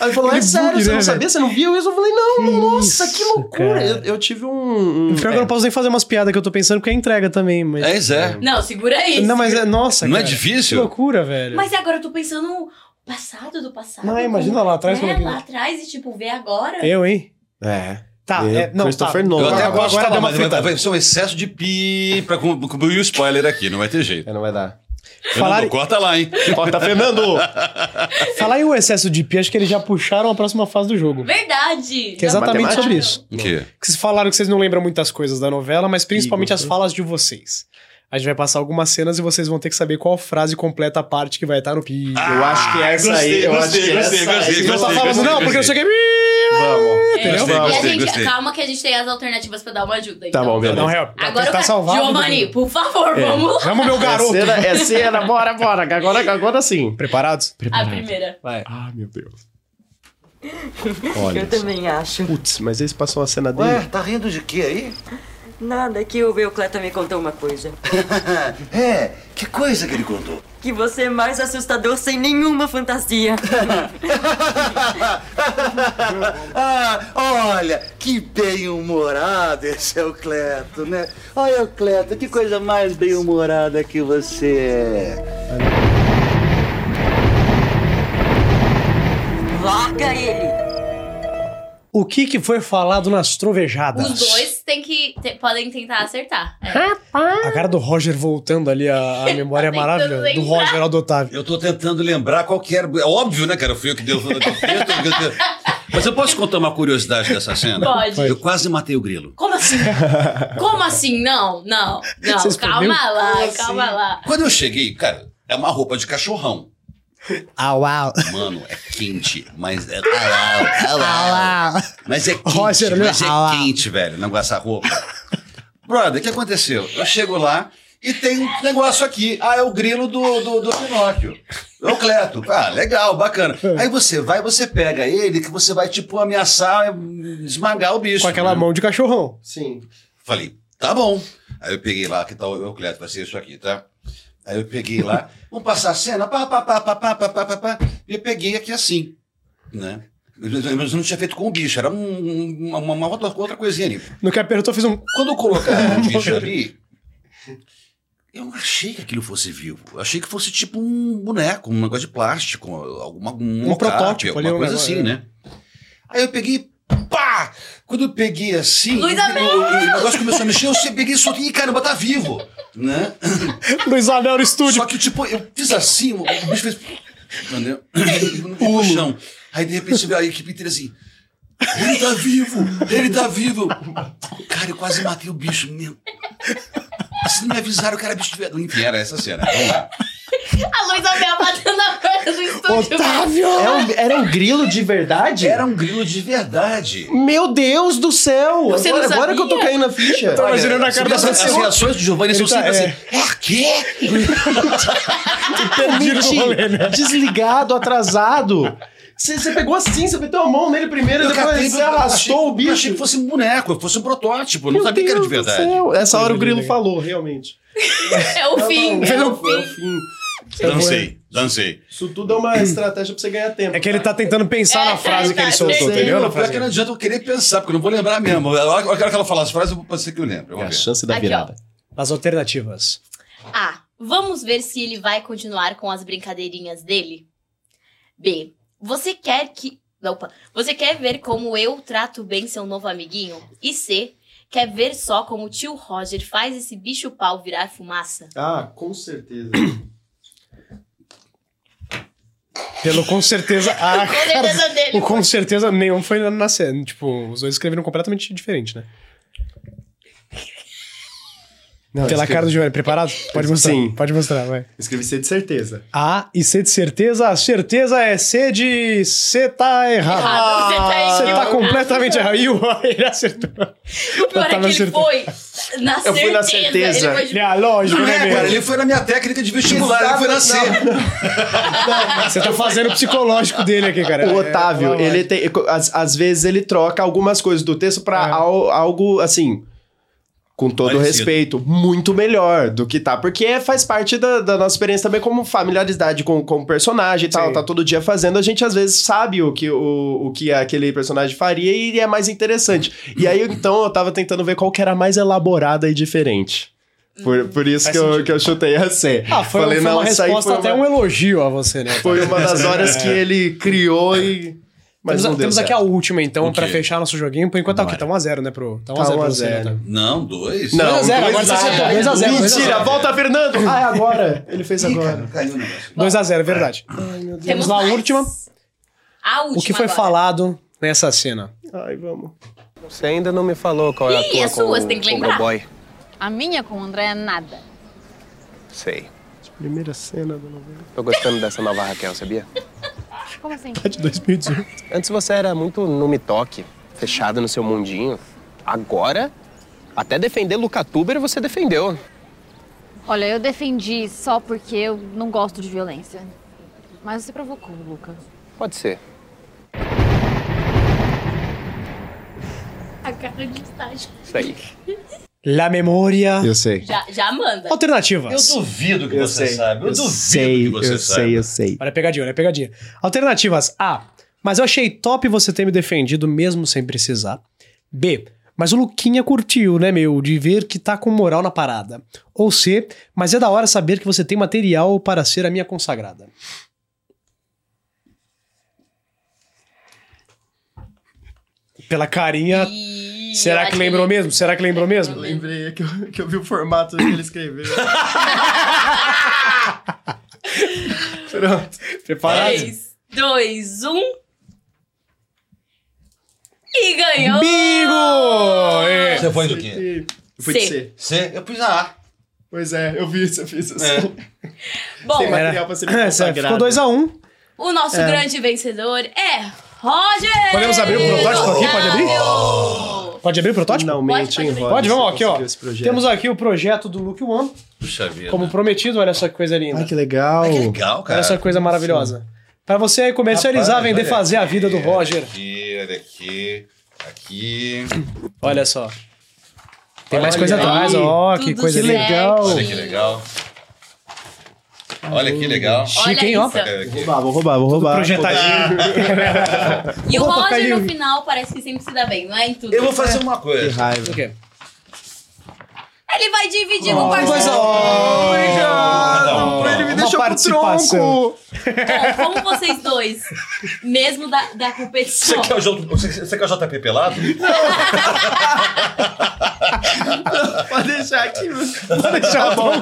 Aí ele falou, é
Aquele
sério,
bug, né,
você não
velho?
sabia? Você não viu isso? Eu falei, não, nossa, que
isso,
loucura.
cara.
Eu, eu tive um... um-
Pior que eu não posso nem fazer umas piadas que eu tô pensando, porque é entrega também, mas...
É, Zé.
Não, segura aí.
Não, mas é... Nossa,
Não é
cara. Que
difícil?
loucura, velho.
Mas agora eu tô pensando no passado do passado.
Não, imagina lá atrás
como...
como
né?
é que-
lá atrás e tipo, ver agora.
Eu, hein?
É.
Tá,
Eu,
é, não,
Christopher
tá.
Nolan.
Eu até
Agora-
posso
agora
falar,
deu uma
mas vai-
fritada.
vai ser um excesso de pi pra com- cobrir o spoiler aqui, não vai ter jeito.
É, não vai dar.
Falar-
Fernando, corta lá, hein?
Corta, Fernando!
Falar em o excesso de pi, acho que eles já puxaram a próxima fase do jogo.
Verdade.
Que é exatamente sobre isso.
O quê?
Que vocês falaram que vocês não lembram muitas coisas da novela, mas principalmente as falas de vocês. A gente vai passar algumas cenas e vocês vão ter que saber qual frase completa a parte que vai estar no pi.
eu acho que é essa
gostei,
aí. Eu acho
gostei,
que
gostei,
essa
gostei,
aí-
não tá
gostei,
falando, não, porque eu sei que é.
Vamos.
É.
Entendeu?
E a
Gostei,
gente-
gostei.
Calma que a gente tem as alternativas pra dar uma ajuda.
Tá
então.
bom, beleza.
Não, real.
Agora eu
tá
quero-
salvado.
Giovanni, por favor,
É.
vamos lá.
Vamos, meu garoto.
É cena, é cena, bora, bora. que Agora, agora sim.
Preparados?
A primeira.
Vai.
Ah, meu Deus. Olha.
Eu também acho.
Putz, mas esse passou a cena dele.
Ué, tá rindo de quê aí?
Nada, que o Eucleta me contou uma coisa.
é, que coisa que ele contou.
que você é mais assustador sem nenhuma fantasia.
ah, olha, que bem-humorado esse é o Cleto, né? Olha o Cleto, que coisa mais bem-humorada que você é.
Larga ele!
O que, que foi falado nas trovejadas?
Os dois tem que, te- podem tentar acertar. É.
A cara do Roger voltando ali, a, a memória é
Tentando
maravilhosa. Do
lembrar.
Roger Aldo Otávio.
Eu tô tentando lembrar qual que era. É óbvio, né, cara? Fui eu que deu. eu tô- Mas eu posso contar uma curiosidade dessa cena?
Pode.
Eu quase matei o grilo.
Como assim? Como assim? Não, não, não.
Vocês
calma
perderam?
lá,
Como assim?
calma lá.
Quando eu cheguei, cara, é uma roupa de cachorrão.
Au, au.
Mano, é quente, mas é. Alá,
Ah
alá. Mas é quente,
Roger,
mas é
alá.
quente, velho, o negócio, essa roupa. Brother, o que aconteceu? Eu chego lá e tem um negócio aqui. Ah, é o grilo do, do, do Pinóquio. É o Cleto. Ah, legal, bacana. Aí você vai, você pega ele, que você vai, tipo, ameaçar, esmagar o bicho.
Com aquela
né?
mão de cachorrão.
Sim.
Falei, tá bom. Aí eu peguei lá, que tal o Eucleto, vai ser isso aqui, tá? Aí eu peguei lá, vamos passar a cena, pá, pá, pá, pá, pá, pá, pá, pá, pá, e eu peguei aqui assim, né? Mas eu não tinha feito com o bicho, era um- uma, uma outra, outra coisinha ali.
No que apertou, fez um.
Quando eu colocaram o bicho ali, eu não achei que aquilo fosse vivo. Eu achei que fosse tipo um boneco, um negócio de plástico, alguma, um, mocap,
protótipo ali,
alguma
um
coisa
negócio,
assim,
é.
né? Aí eu peguei, pá! Quando eu peguei assim,
Luiz
o-
Amel!
o, o negócio começou a mexer, eu se- peguei e soltei, e caramba, tá vivo, né?
Luiz Anel no estúdio.
Só que tipo, eu fiz assim, o o bicho fez... Entendeu? No chão. Aí de repente veio a equipe inteira assim, ele tá vivo, ele tá vivo. Cara, eu quase matei o bicho mesmo. Se não me avisaram que era bicho de verdade. Enfim, era essa cena. Vamos lá.
A Luísa Mel batendo na porta do estúdio.
É um- era um grilo de verdade?
Era um grilo de verdade.
Meu Deus do céu!
Você não
agora, agora que eu tô
sabia?
caindo na ficha.
Tô imaginando a cara
Você
dessa
vê
Assim,
as- As
pessoa.
reações do Giovanni são
Ele tá-
sempre assim. É quê?
assim,
Perdido no rolê, né?
desligado, atrasado. Você você pegou assim, você meteu a mão nele primeiro,
Eu catei,
depois você
eu
tá
achei-
arrastou o
eu
bicho.
Achei que fosse um boneco, fosse um protótipo. Eu não
Meu
sabia que era de
Deus do
verdade.
céu. Essa hora o grilo
Legal.
falou, realmente.
É o fim, é o
Foi o
fim.
fim.
Dancei, dancei.
Isso tudo é uma estratégia pra você ganhar tempo.
É que ele tá tentando pensar
É,
na frase que ele
tá
soltou,
certo.
entendeu?
Não,
Na
pior
frase.
que não adianta eu querer pensar, porque eu não vou lembrar mesmo. A hora, a hora que ela falar as frases, eu vou pensar que eu lembro.
É a
Vamos ver.
chance da
Aqui, ó.
virada.
As alternativas.
A. Vamos ver se ele vai continuar com as brincadeirinhas dele. B. Você quer que. não, Opa. Você quer ver como eu trato bem seu novo amiguinho? E C. Quer ver só como o tio Roger faz esse bicho pau virar fumaça?
Ah, com certeza.
Pelo com certeza. A
Com certeza dele.
O com certeza nenhum foi na cena. Tipo, os dois escreveram completamente diferente, né?
Não,
Pela
escrevi-
cara do Giovanni, preparado? Pode mostrar.
Sim.
Pode mostrar, vai.
Escrevi C de certeza.
A e C de certeza. A certeza é C de. C tá errado.
Errado, você tá
Você tá
equivocado.
completamente errado. E o ele acertou.
O pior é que
tava
ele
acertando.
foi na certeza.
Eu fui na certeza.
Ele foi de-
Ele, ah, lógico,
Não
né,
é, cara,
meu?
ele foi na minha técnica de vestibular, ele foi na C.
Você tá fazendo o psicológico dele aqui, cara.
O
É,
Otávio,
vai, vai.
ele tem. Às, às vezes ele troca algumas coisas do texto pra
É.
al- algo assim. Com todo
Parecido.
respeito, muito melhor do que tá. Porque faz parte da, da nossa experiência também como familiaridade com, com o personagem e tal.
Sim.
Tá todo dia fazendo, a gente às vezes sabe o que, o, o que aquele personagem faria e é mais interessante. E aí, então, eu tava tentando ver qual que era a mais elaborada e diferente. Por, por isso
Faz
que eu,
sentido.
que eu chutei a C.
Ah, foi,
Falei,
foi uma
"Não, isso aí
resposta
foi
até
uma-
um elogio a você, né?
Foi uma das horas que ele criou e. Mas
temos
não deu
temos aqui
certo.
a última, então,
O
pra
quê?
fechar nosso joguinho. Por enquanto tá o quê? Tá 1x0, né, pro. Tá 1x0
Tá
pro
1 a
você, né,
0.
Otávio?
Não, dois.
Não,
a zero,
dois
agora você
a
acertou,
zero.
dois a zero, dois a
Mentira,
zero.
volta, Fernando! Ah, é agora! Ele fez
Ih,
agora.
cara, caiu o negócio.
2x0, é verdade. Temos lá a
mais.
última.
A última
O que foi
agora.
falado nessa cena?
Ai, vamos.
Você ainda não me falou qual é a
Ih,
tua
é sua,
com o-
você tem que
com o
lembrar.
cowboy.
A minha com o André é nada.
Sei.
Primeira cena da novela.
Tô gostando dessa nova Raquel, sabia?
Como assim?
Tá de 2018.
Antes você era muito no me toque, fechado no seu mundinho. Agora, até defender Luca Tuber você defendeu.
Olha, eu defendi só porque eu não gosto de violência. Mas você provocou, Luca.
Pode ser.
A cara de estágio.
Isso aí.
La Memória.
Eu sei.
Já, já manda.
Alternativas.
duvido
que Eu você sei. sabe, eu Eu duvido sei, que você eu saiba. sei,
eu sei.
Olha a pegadinha, olha a pegadinha. Alternativas. A. Mas eu achei top você ter me defendido mesmo sem precisar. B. Mas o Luquinha curtiu, né, meu? De ver que tá com moral na parada. Ou C. Mas é da hora saber que você tem material para ser a minha consagrada. Pela carinha. será que lembrou mesmo? Será que lembrou mesmo?
Lembrei que eu, que eu vi o formato que ele escreveu.
Pronto. Preparado?
3, 2, 1. E ganhou!
Bingo! É.
Você foi do quê?
Eu fui de
C.
C.
C? Eu pus a A.
Pois é, eu vi isso, eu fiz isso.
É.
Bom,
Tem material pra ser bem
Essa,
consagrado.
É. ficou 2x1. Um.
o nosso grande vencedor é Roger!
Podemos abrir o protótipo aqui? Pode abrir? Pode abrir o protótipo?
Finalmente,
Pode,
hein,
pode,
Roger,
Pode, vamos aqui,
você
ó.
conseguiu esse projeto.
Temos aqui o projeto do Luke One.
Puxa vida.
Como prometido, olha essa coisa linda.
Ai, que legal.
Que legal, cara.
Olha essa coisa maravilhosa. Pra você aí comercializar,
Rapaz,
vender,
olha
fazer a vida do
É.
aqui,
Roger.
Aqui, olha aqui, aqui.
Olha só. Tem
Olha
mais coisa
aí.
atrás, ó,
Tudo
que coisa
certo.
linda.
Olha que legal. Olha que legal.
Chique,
Olha
hein, ó. É.
isso.
Olha aqui.
Vou roubar, vou roubar, vou roubar.
tá Projetadinho.
E o
Vou tocar
Roger
ali.
no final parece que sempre se dá bem, não é? Em tudo.
Eu vou fazer uma
Que
coisa.
raiva.
O quê?
Ele vai dividir com o
Ah, Coisa.
parceiro.
Ah,
Não, não.
Uma participação.
Bom, como vocês dois, mesmo da, da
Você
competição,
quer, o, J- você- você quer o JP pelado?
Pode deixar aqui. Pode deixar bom.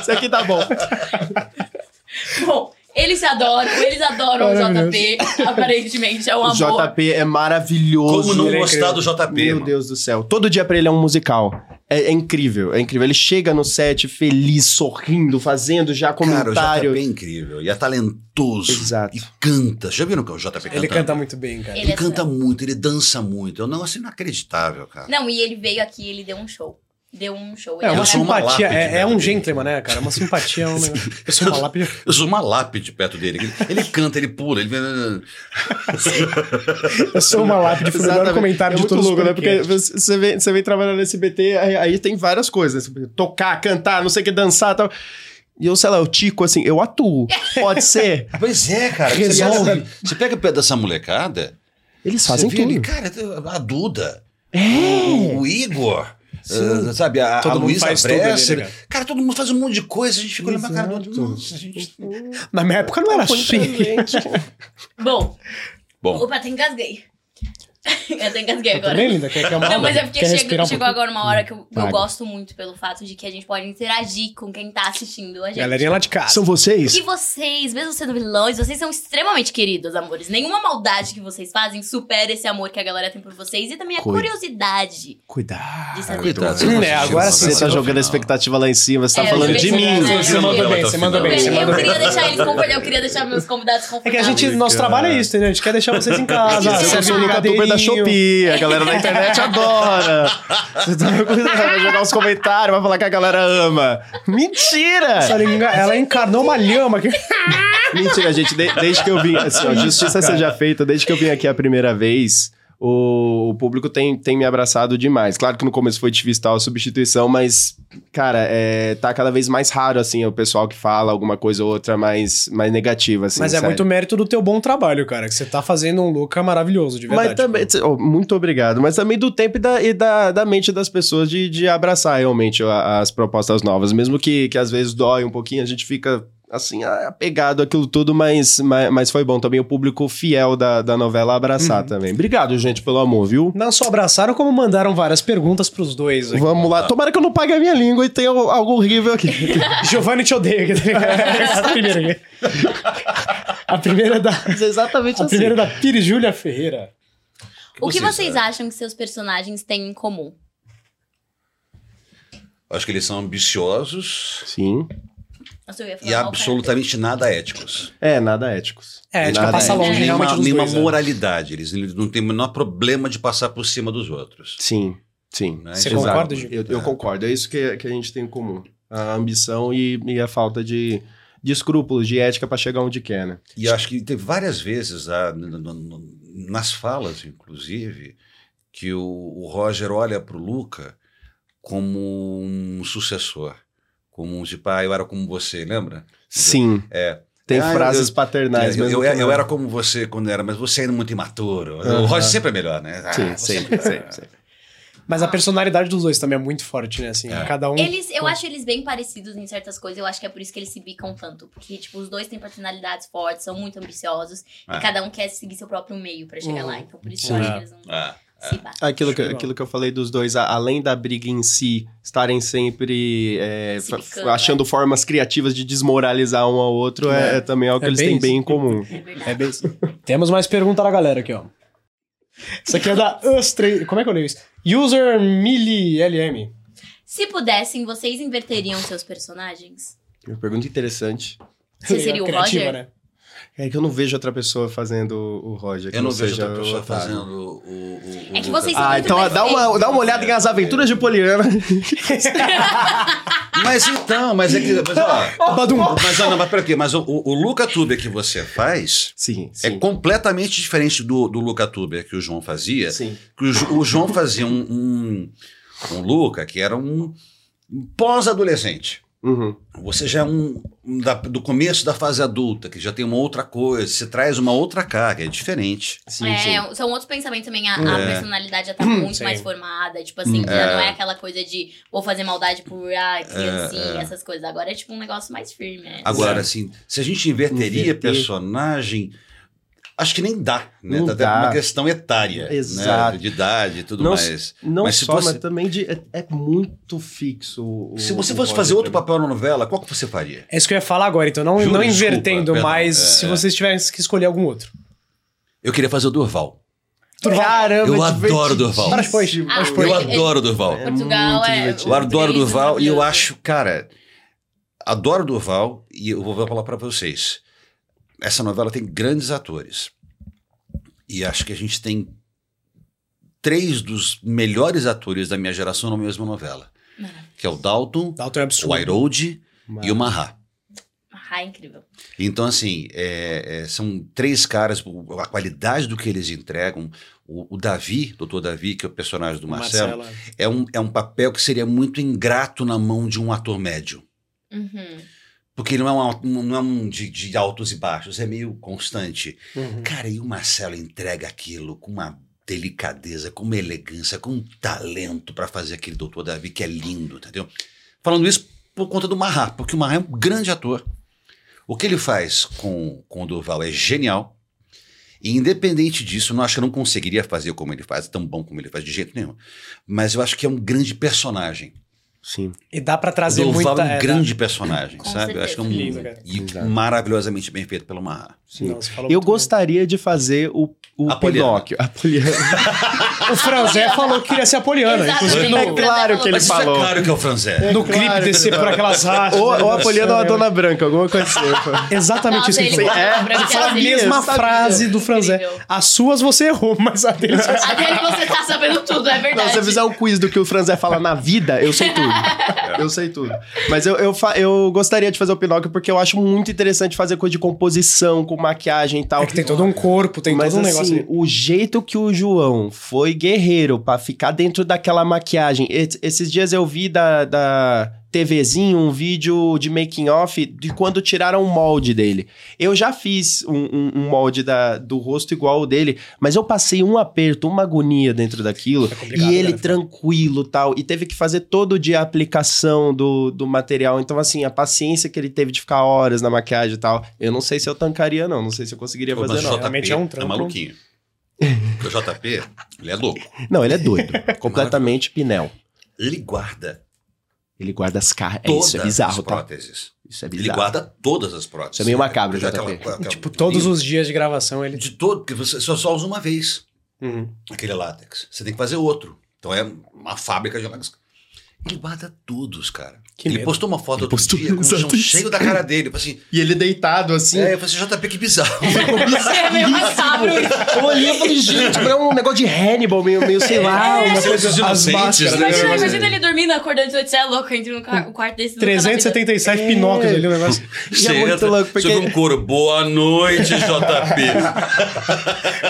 Isso aqui tá bom.
é
bom, eles se adoram, eles adoram o JP, aparentemente, é um
O
amor.
JP é maravilhoso.
Como não
Ele é
gostar do
incrível.
JP,
Meu
mano?
Deus do céu. Todo dia pra ele é um musical. É, é incrível, é incrível. Ele chega no set feliz, sorrindo, fazendo já
Cara, o
comentário.
JP é incrível. E é talentoso.
Exato.
E canta. Já viram que o JP canta?
Ele canta muito bem, cara.
Ele
Ele
é
canta muito, ele dança muito. É um negócio inacreditável, cara.
Não, e ele veio aqui, ele deu um show. Deu um show.
É
ele
uma
Eu sou uma
simpatia,
lápide,
é, é um
né?
gentleman, né, cara? Uma simpatia, é um negócio. Eu sou uma lápide.
Eu sou uma lápide perto dele. Ele, ele canta, ele pula, ele.
Eu sou É uma lápide, foi o melhor
Exatamente.
comentário
é
de
muito
todos os
louco, né? Porque
podcasts.
você você vem, você vem trabalhando no SBT, aí, aí tem várias coisas. né? Tocar, cantar, não sei o que, dançar e tal. E eu, sei lá, eu tico assim, eu atuo. Pode ser.
Pois é, cara.
Resolve.
Você pega, você pega o pé dessa molecada.
Eles fazem
você vê
tudo.
ele, cara, a Duda. O, o Igor. ah, sabe, a,
Todo
a
mundo
Luísa
faz tudo ali,
Bresser.
né,
cara.
cara?
todo mundo faz um monte de coisa, a gente fica olhando pra cara do outro.
Exato.
Nossa, a gente-
Na minha época não era
Tá
assim.
Bom,
Bom,
opa, até engasguei. Eu até engasguei
Tá
agora.
tudo bem, linda? Quer, quer uma
Não,
água?
mas é porque
Quer
chega-
respirar
chegou,
um pouquinho?
agora uma hora que eu, que eu
Água.
gosto muito pelo fato de que a gente pode interagir com quem tá assistindo a gente.
Galerinha é lá de casa.
São vocês?
E vocês, mesmo sendo vilões, vocês são extremamente queridos, amores. Nenhuma maldade que vocês fazem supera esse amor que a galera tem por vocês e também a
Cuida.
curiosidade
Cuidado.
de saber.
coitado.
Hum,
você
é,
não assistiu
agora
a
sim,
Você
novela até
tá
o
jogando a
final.
expectativa lá em cima, você tá
É,
falando
eu
de
sei,
mim.
né?
Você mandou bem, você mandou bem, você
Eu,
mandou bem.
queria deixar eles confortáveis, eu queria deixar meus convidados
É que
confortáveis.
a gente, nosso trabalho é isso, entendeu? A gente quer deixar vocês em
Ah,
casa.
Eu
serve
Eu sou o
um
youtuber é da
brigadeirinho.
Shopee, a galera da internet adora. Você tá me cuidando, vai jogar uns comentários, vai falar que a galera ama.
Essa
Mentira!
linga- Ela encarnou uma lhama aqui.
Mentira, gente, de- desde que eu vim, assim, ó, justiça seja feita, desde que eu vim aqui a primeira vez, o, o público tem, tem me abraçado demais. Claro que no começo foi difícil tal a substituição, mas, cara, é, tá cada vez mais raro, assim, o pessoal que fala alguma coisa ou outra mais, mais negativa, assim,
Mas é
sério.
muito mérito do teu bom trabalho, cara. Que você tá fazendo um Luca maravilhoso, de verdade.
Mas também, tse- oh, muito obrigado. Mas também do tempo e da, e da, da mente das pessoas de, de abraçar realmente a- as propostas novas. Mesmo que, que às vezes dói um pouquinho, a gente fica assim, ah, apegado àquilo tudo, mas, mas, mas foi bom também o público fiel da, da novela abraçar também. Obrigado, gente, pelo amor, viu?
Não só abraçaram, como mandaram várias perguntas pros dois. aqui.
Vamos lá. Tomara que eu não pague a minha língua e tenha al- algo horrível aqui.
Giovanni te odeia. que tá ligado? Essa primeira aqui. A primeira é da,
Exatamente
a primeira é da Pires Júlia Ferreira.
O que
Vocês,
né?
vocês acham que seus personagens têm em comum?
Acho que eles são ambiciosos
Sim.
Nossa, eu ia falar
e
mal,
absolutamente nada éticos.
É, nada éticos.
É, a gente
Nada
passa
éticos.
longe
nenhuma,
realmente dos
nenhuma
dois, né?
moralidade. Eles não têm o menor problema de passar por cima dos outros.
Sim, sim.
Né?
Você
Exato.
concorda, Gil?
Eu, eu concordo, é isso que, que a gente tem em comum. A ambição e, e a falta de, de escrúpulos, de ética pra chegar onde quer, né?
E acho que teve várias vezes, ah, n- n- n- nas falas, inclusive, que o, o Roger olha para o Luca como um sucessor. Como um tipo, ah, eu era como você, lembra?
Sim.
É.
Tem
Ah, eu-
frases
eu-
paternais,
eu,
mas.
eu, é-
não tem
eu
nada.
era como você quando era, mas você ainda é muito imaturo. O
Aham.
Roger sempre é melhor, né? Ah,
Sim,
você-
sempre, sempre,
Mas a personalidade dos dois também é muito forte, né? Assim, cada um.
Eles, eu acho eles bem parecidos em certas coisas, eu acho que é por isso que eles se bicam tanto. Porque, tipo, os dois têm personalidades fortes, são muito ambiciosos,
É.
e cada um quer seguir seu próprio meio pra chegar lá. Então, por isso eu
É.
Sim.
acho que eles não
Ah,
se batem.
Ah, Aquilo que, aquilo que eu falei dos dois, a- além da briga em si, estarem sempre é,
Se
fa-
picando,
achando formas criativas de desmoralizar um ao outro, é,
né? É.
é também algo que
É
eles
bem
têm
isso.
bem em comum.
É bem isso. Temos mais pergunta da galera aqui, ó. Isso aqui é da Us3. Como é que eu leio isso? User Mili LM.
Se pudessem, vocês inverteriam seus personagens?
Uma pergunta interessante.
Você seria o Roger?
né?
É que eu não vejo outra pessoa fazendo o Roger. que
Eu não
seja
vejo outra
o
pessoa
Otávio.
fazendo o, o- o-
É que
o-
vocês são
Ah,
muito
então ó, dá
é?
uma, dá uma olhada em As Aventuras de Poliana.
Mas então, mas é que. Mas, ó, mas, ó, não, mas peraí, mas o, o, o Luca Tuber que você faz é completamente diferente do, do Luca Tuber que o João fazia.
Sim.
Que o, Jo- o João fazia um, um, um Luca que era um pós-adolescente. Você já é um, um da- do começo da fase adulta, que já tem uma outra coisa, você traz uma outra carga, é diferente.
É, são outros pensamentos também. A, a
É.
personalidade já tá
Hum,
muito
sim.
mais formada. Tipo assim,
Hum.
já não
É.
é aquela coisa de vou fazer maldade por ah, criancinha,
é.
essas coisas. Agora é tipo um negócio mais firme. é.
Agora, assim, se a gente inverteria
Inverter.
personagem, acho que nem dá, né?
Não
tá até por
dá.
uma questão etária,
Exato.
né? De idade e tudo
Não,
mais.
não
mas se
só,
você,
mas também de- é, é muito fixo. o-
se você
o
fosse
Roger
fazer outro
pra
papel na novela, qual que você faria?
É isso que eu ia falar agora, então. Não,
Juro,
não
desculpa,
invertendo,
perdão.
mas
É,
se
é.
vocês tivessem que escolher algum outro.
Eu queria fazer o Durval.
Caramba,
eu adoro o Durval.
Para as pois,
Ah,
para
é
as pois.
Eu adoro o Durval.
Portugal é.
Eu adoro o
português é
Durval e eu
maravilhoso.
acho, cara, adoro o Durval e eu vou falar pra vocês. Essa novela tem grandes atores. E acho que a gente tem três dos melhores atores da minha geração na mesma novela. Que é o Dalton, o Irold e o Marra.
Ah, é incrível.
Então, assim, é- é, são três caras, o- a qualidade do que eles entregam. O, o Davi, doutor Davi, que é o personagem do Marcelo,
Marcelo,
é um, é um papel que seria muito ingrato na mão de um ator médio.
Uhum.
Porque ele não é um, não é um de, de altos e baixos, é meio constante. Cara, e o Marcelo entrega aquilo com uma delicadeza, com uma elegância, com um talento pra fazer aquele doutor Davi que é lindo, entendeu? Falando isso por conta do Marra, porque o Marra é um grande ator. O que ele faz com, com o Durval é genial. E independente disso, eu não acho que eu não conseguiria fazer como ele faz, tão bom como ele faz, de jeito nenhum. Mas eu acho que é um grande personagem.
Sim.
E dá pra trazer
o Durval
muita...
é um
é,
grande
dá-
personagem,
Com
sabe? Eu acho que é um
certeza. Lindo, cara.
e maravilhosamente bem feito pelo Marra.
Sim. eu
né?
gostaria de fazer o, o Pinóquio. A Poliana.
O Franzé falou que queria ser apoliana. Inclusive, no,
É claro que ele
Mas isso
falou.
é claro que é o Franzé.
no clipe descer por aquelas rastas.
Ou,
né?
ou a Poliana ou a Dona Branca, alguma coisa assim.
Exatamente
Nossa,
isso que
ele
ele falou.
falou pra
Ele
você
fala a
assim,
mesma
eu sabia.
frase do Franzé. As suas você errou, mas a dele você sabe.
Até você tá sabendo tudo, é
Não,
verdade.
se eu fizer um quiz do que o Franzé fala na vida, eu sei tudo. Eu sei tudo. Mas eu, eu, fa- eu gostaria de fazer o Pinóquio porque eu acho muito interessante fazer coisa de composição, com maquiagem e tal.
É que tem todo um corpo, tem
Mas
todo um
assim,
negócio. ali.
o jeito que o João foi guerreiro pra ficar dentro daquela maquiagem. Et- Esses dias eu vi da, da TVzinho um vídeo de making off de quando tiraram o molde dele. Eu já fiz um, um- um molde da- do rosto igual o dele, mas eu passei um aperto, uma agonia dentro daquilo.
complicado,
e ele
né?
tranquilo tal. E teve que fazer todo dia a aplicação do, do material. Então, assim, a paciência que ele teve de ficar horas na maquiagem e tal. Eu não sei se eu tancaria, não. Não sei se eu conseguiria
Mas
fazer,
o
não.
JP é, maluquinho. Porque o JP, ele é louco.
Não, ele é doido. completamente pinel.
Ele guarda
Ele guarda as caras. É
todas
isso, é bizarro,
as
tá?
próteses.
Isso é
Ele
bizarro.
guarda todas as próteses.
Isso é meio macabro,
Já
JP.
Tipo, todos os dias de gravação ele.
De todo, porque você só, só usa uma vez aquele látex. Você tem que fazer outro. Então é uma fábrica de látex. Ele guarda todos, cara.
Que
ele
medo.
postou uma foto outro
postou-
dia com o chão
Exato isso.
cheio da cara dele. tipo Assim,
E ele deitado assim.
é, eu falei assim, JP, que bizarro.
É meio macabro.
Eu olhei e falei, gente, é um negócio de Hannibal, meio, meio sei lá,
É,
uma
Silêncios
coisa as
inocentes,
máscaras.
né?
Imagina, imagina ele dormindo, acordando de noite, você é louco, entra no ca- o quarto desse...
377 pinóquios ali, o negócio.
E é muito
Senta,
louco, porque-
Sobre um couro. Boa noite, JP.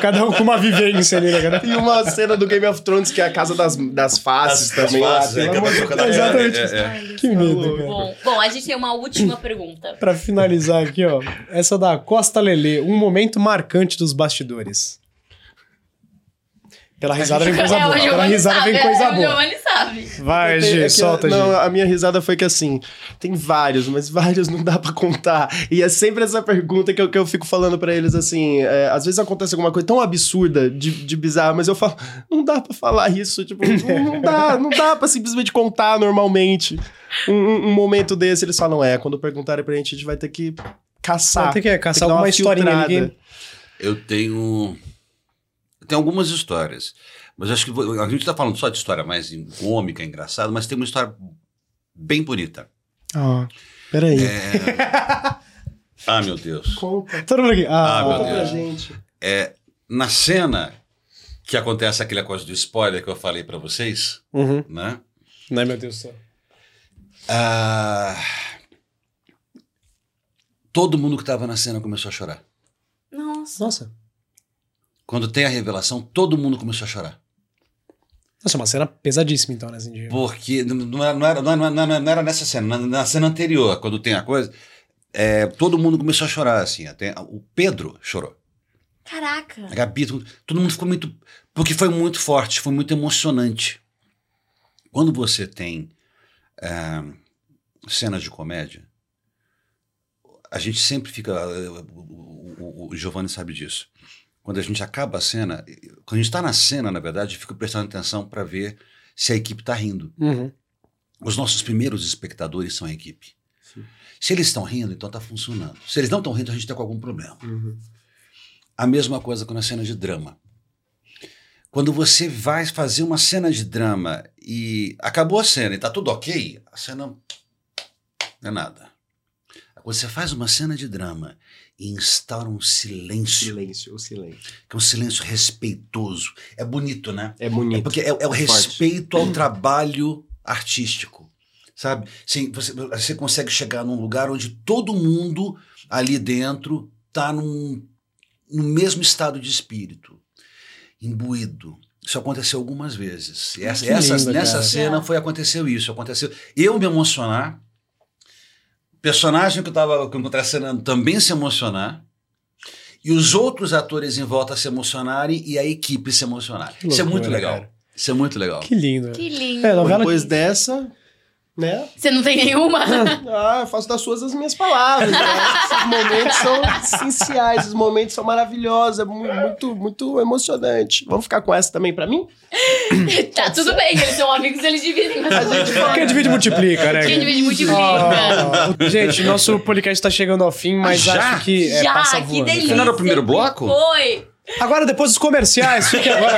Cada um com uma vivência ali, né, cara?
E uma cena do Game of Thrones que é a casa das, das faces
Das
também. lá,
faces,
pelo
é,
amor de
boca da
Exatamente.
cara. É, é.
Que medo, cara.
Bom, bom, a gente tem uma última pergunta.
Pra finalizar aqui, ó. Essa da Costa Lelê, um momento marcante dos bastidores. Pela risada vem coisa
É, o
boa. Pela
Giovanni
risada
sabe,
vem
é,
coisa
o
boa.
Giovanni sabe.
Vai,
Tem- é
Gi,
que-
solta, Gi.
Não, a minha risada foi que assim, tem vários, mas vários não dá pra contar. E é sempre essa pergunta que eu, que eu fico falando pra eles assim, é, às vezes acontece alguma coisa tão absurda, de, de bizarra, mas eu falo, não dá pra falar isso, tipo, não, não dá, não dá pra simplesmente contar normalmente. Um, um- um momento desse, eles falam, é, quando perguntarem pra gente, a gente vai ter que caçar.
Vai ter que, é, caçar
dar
alguma historinha,
filtrada.
ninguém-
Eu tenho. Eu tenho algumas histórias. Mas acho que vou- a gente está falando só de história mais em- cômica, engraçada, mas tem uma história bem bonita.
Ó, peraí.
É. Ah, meu Deus.
Todo mundo aqui. Ah,
Ah, meu
tá.
Deus. É, na cena que acontece aquela coisa do spoiler que eu falei pra vocês,
Uhum.
né?
Né, meu Deus do céu.
Ah, todo mundo que tava na cena começou a chorar.
Nossa.
Nossa.
Quando tem a revelação, todo mundo começou a chorar.
Nossa, é uma cena pesadíssima, então, né, assim, de-
Porque n- não era, não era, não era- não era- não era nessa cena, na, na cena anterior, quando tem a coisa, é, todo mundo começou a chorar, assim. Até, o Pedro chorou.
Caraca.
A Gabi, todo, todo mundo ficou muito. Porque foi muito forte, foi muito emocionante. Quando você tem é, cenas de comédia, a gente sempre fica. é, O, o, o- o Giovanni sabe disso. Quando a gente acaba a cena, quando a gente está na cena, na verdade, eu fico prestando atenção para ver se a equipe está rindo.
Uhum.
Os nossos primeiros espectadores são a equipe. Se eles estão rindo, então está funcionando. Se eles não estão rindo, a gente está com algum problema. A mesma coisa com a cena de drama. Quando você vai fazer uma cena de drama e acabou a cena e tá tudo ok, a cena não é nada. Quando você faz uma cena de drama e instaura um silêncio.
Silêncio, o silêncio.
Que é um silêncio respeitoso. É bonito, né?
É bonito.
É porque é, é o
Forte.
respeito ao trabalho artístico. Sabe? Sim, você, você consegue chegar num lugar onde todo mundo ali dentro está num, no mesmo estado de espírito, imbuído. Isso aconteceu algumas vezes. E essa,
Que
essa-
lindo,
nessa
cara.
cena foi aconteceu isso. Aconteceu eu me emocionar, personagem que eu estava contracenando também se emocionar, e os outros atores em volta se emocionarem e a equipe se emocionar.
Que
isso é
loucura,
muito legal.
cara.
Isso é muito legal.
Que lindo.
Que lindo.
É, novela-
Depois dessa, né?
Você não tem nenhuma?
Ah, eu faço das suas as minhas palavras. né? Esses momentos são essenciais, esses momentos são maravilhosos, é mu- muito, muito emocionante. Vamos ficar com essa também pra mim?
tá, tudo bem, eles são amigos, eles dividem. Mas
Quem divide multiplica, né?
Quem divide né? multiplica.
Oh, gente, nosso podcast tá chegando ao fim, mas
Ah, Já?
acho que é,
Já,
passa
que
voando.
delícia.
Não era o primeiro bloco?
Foi.
Agora, depois dos comerciais, fique agora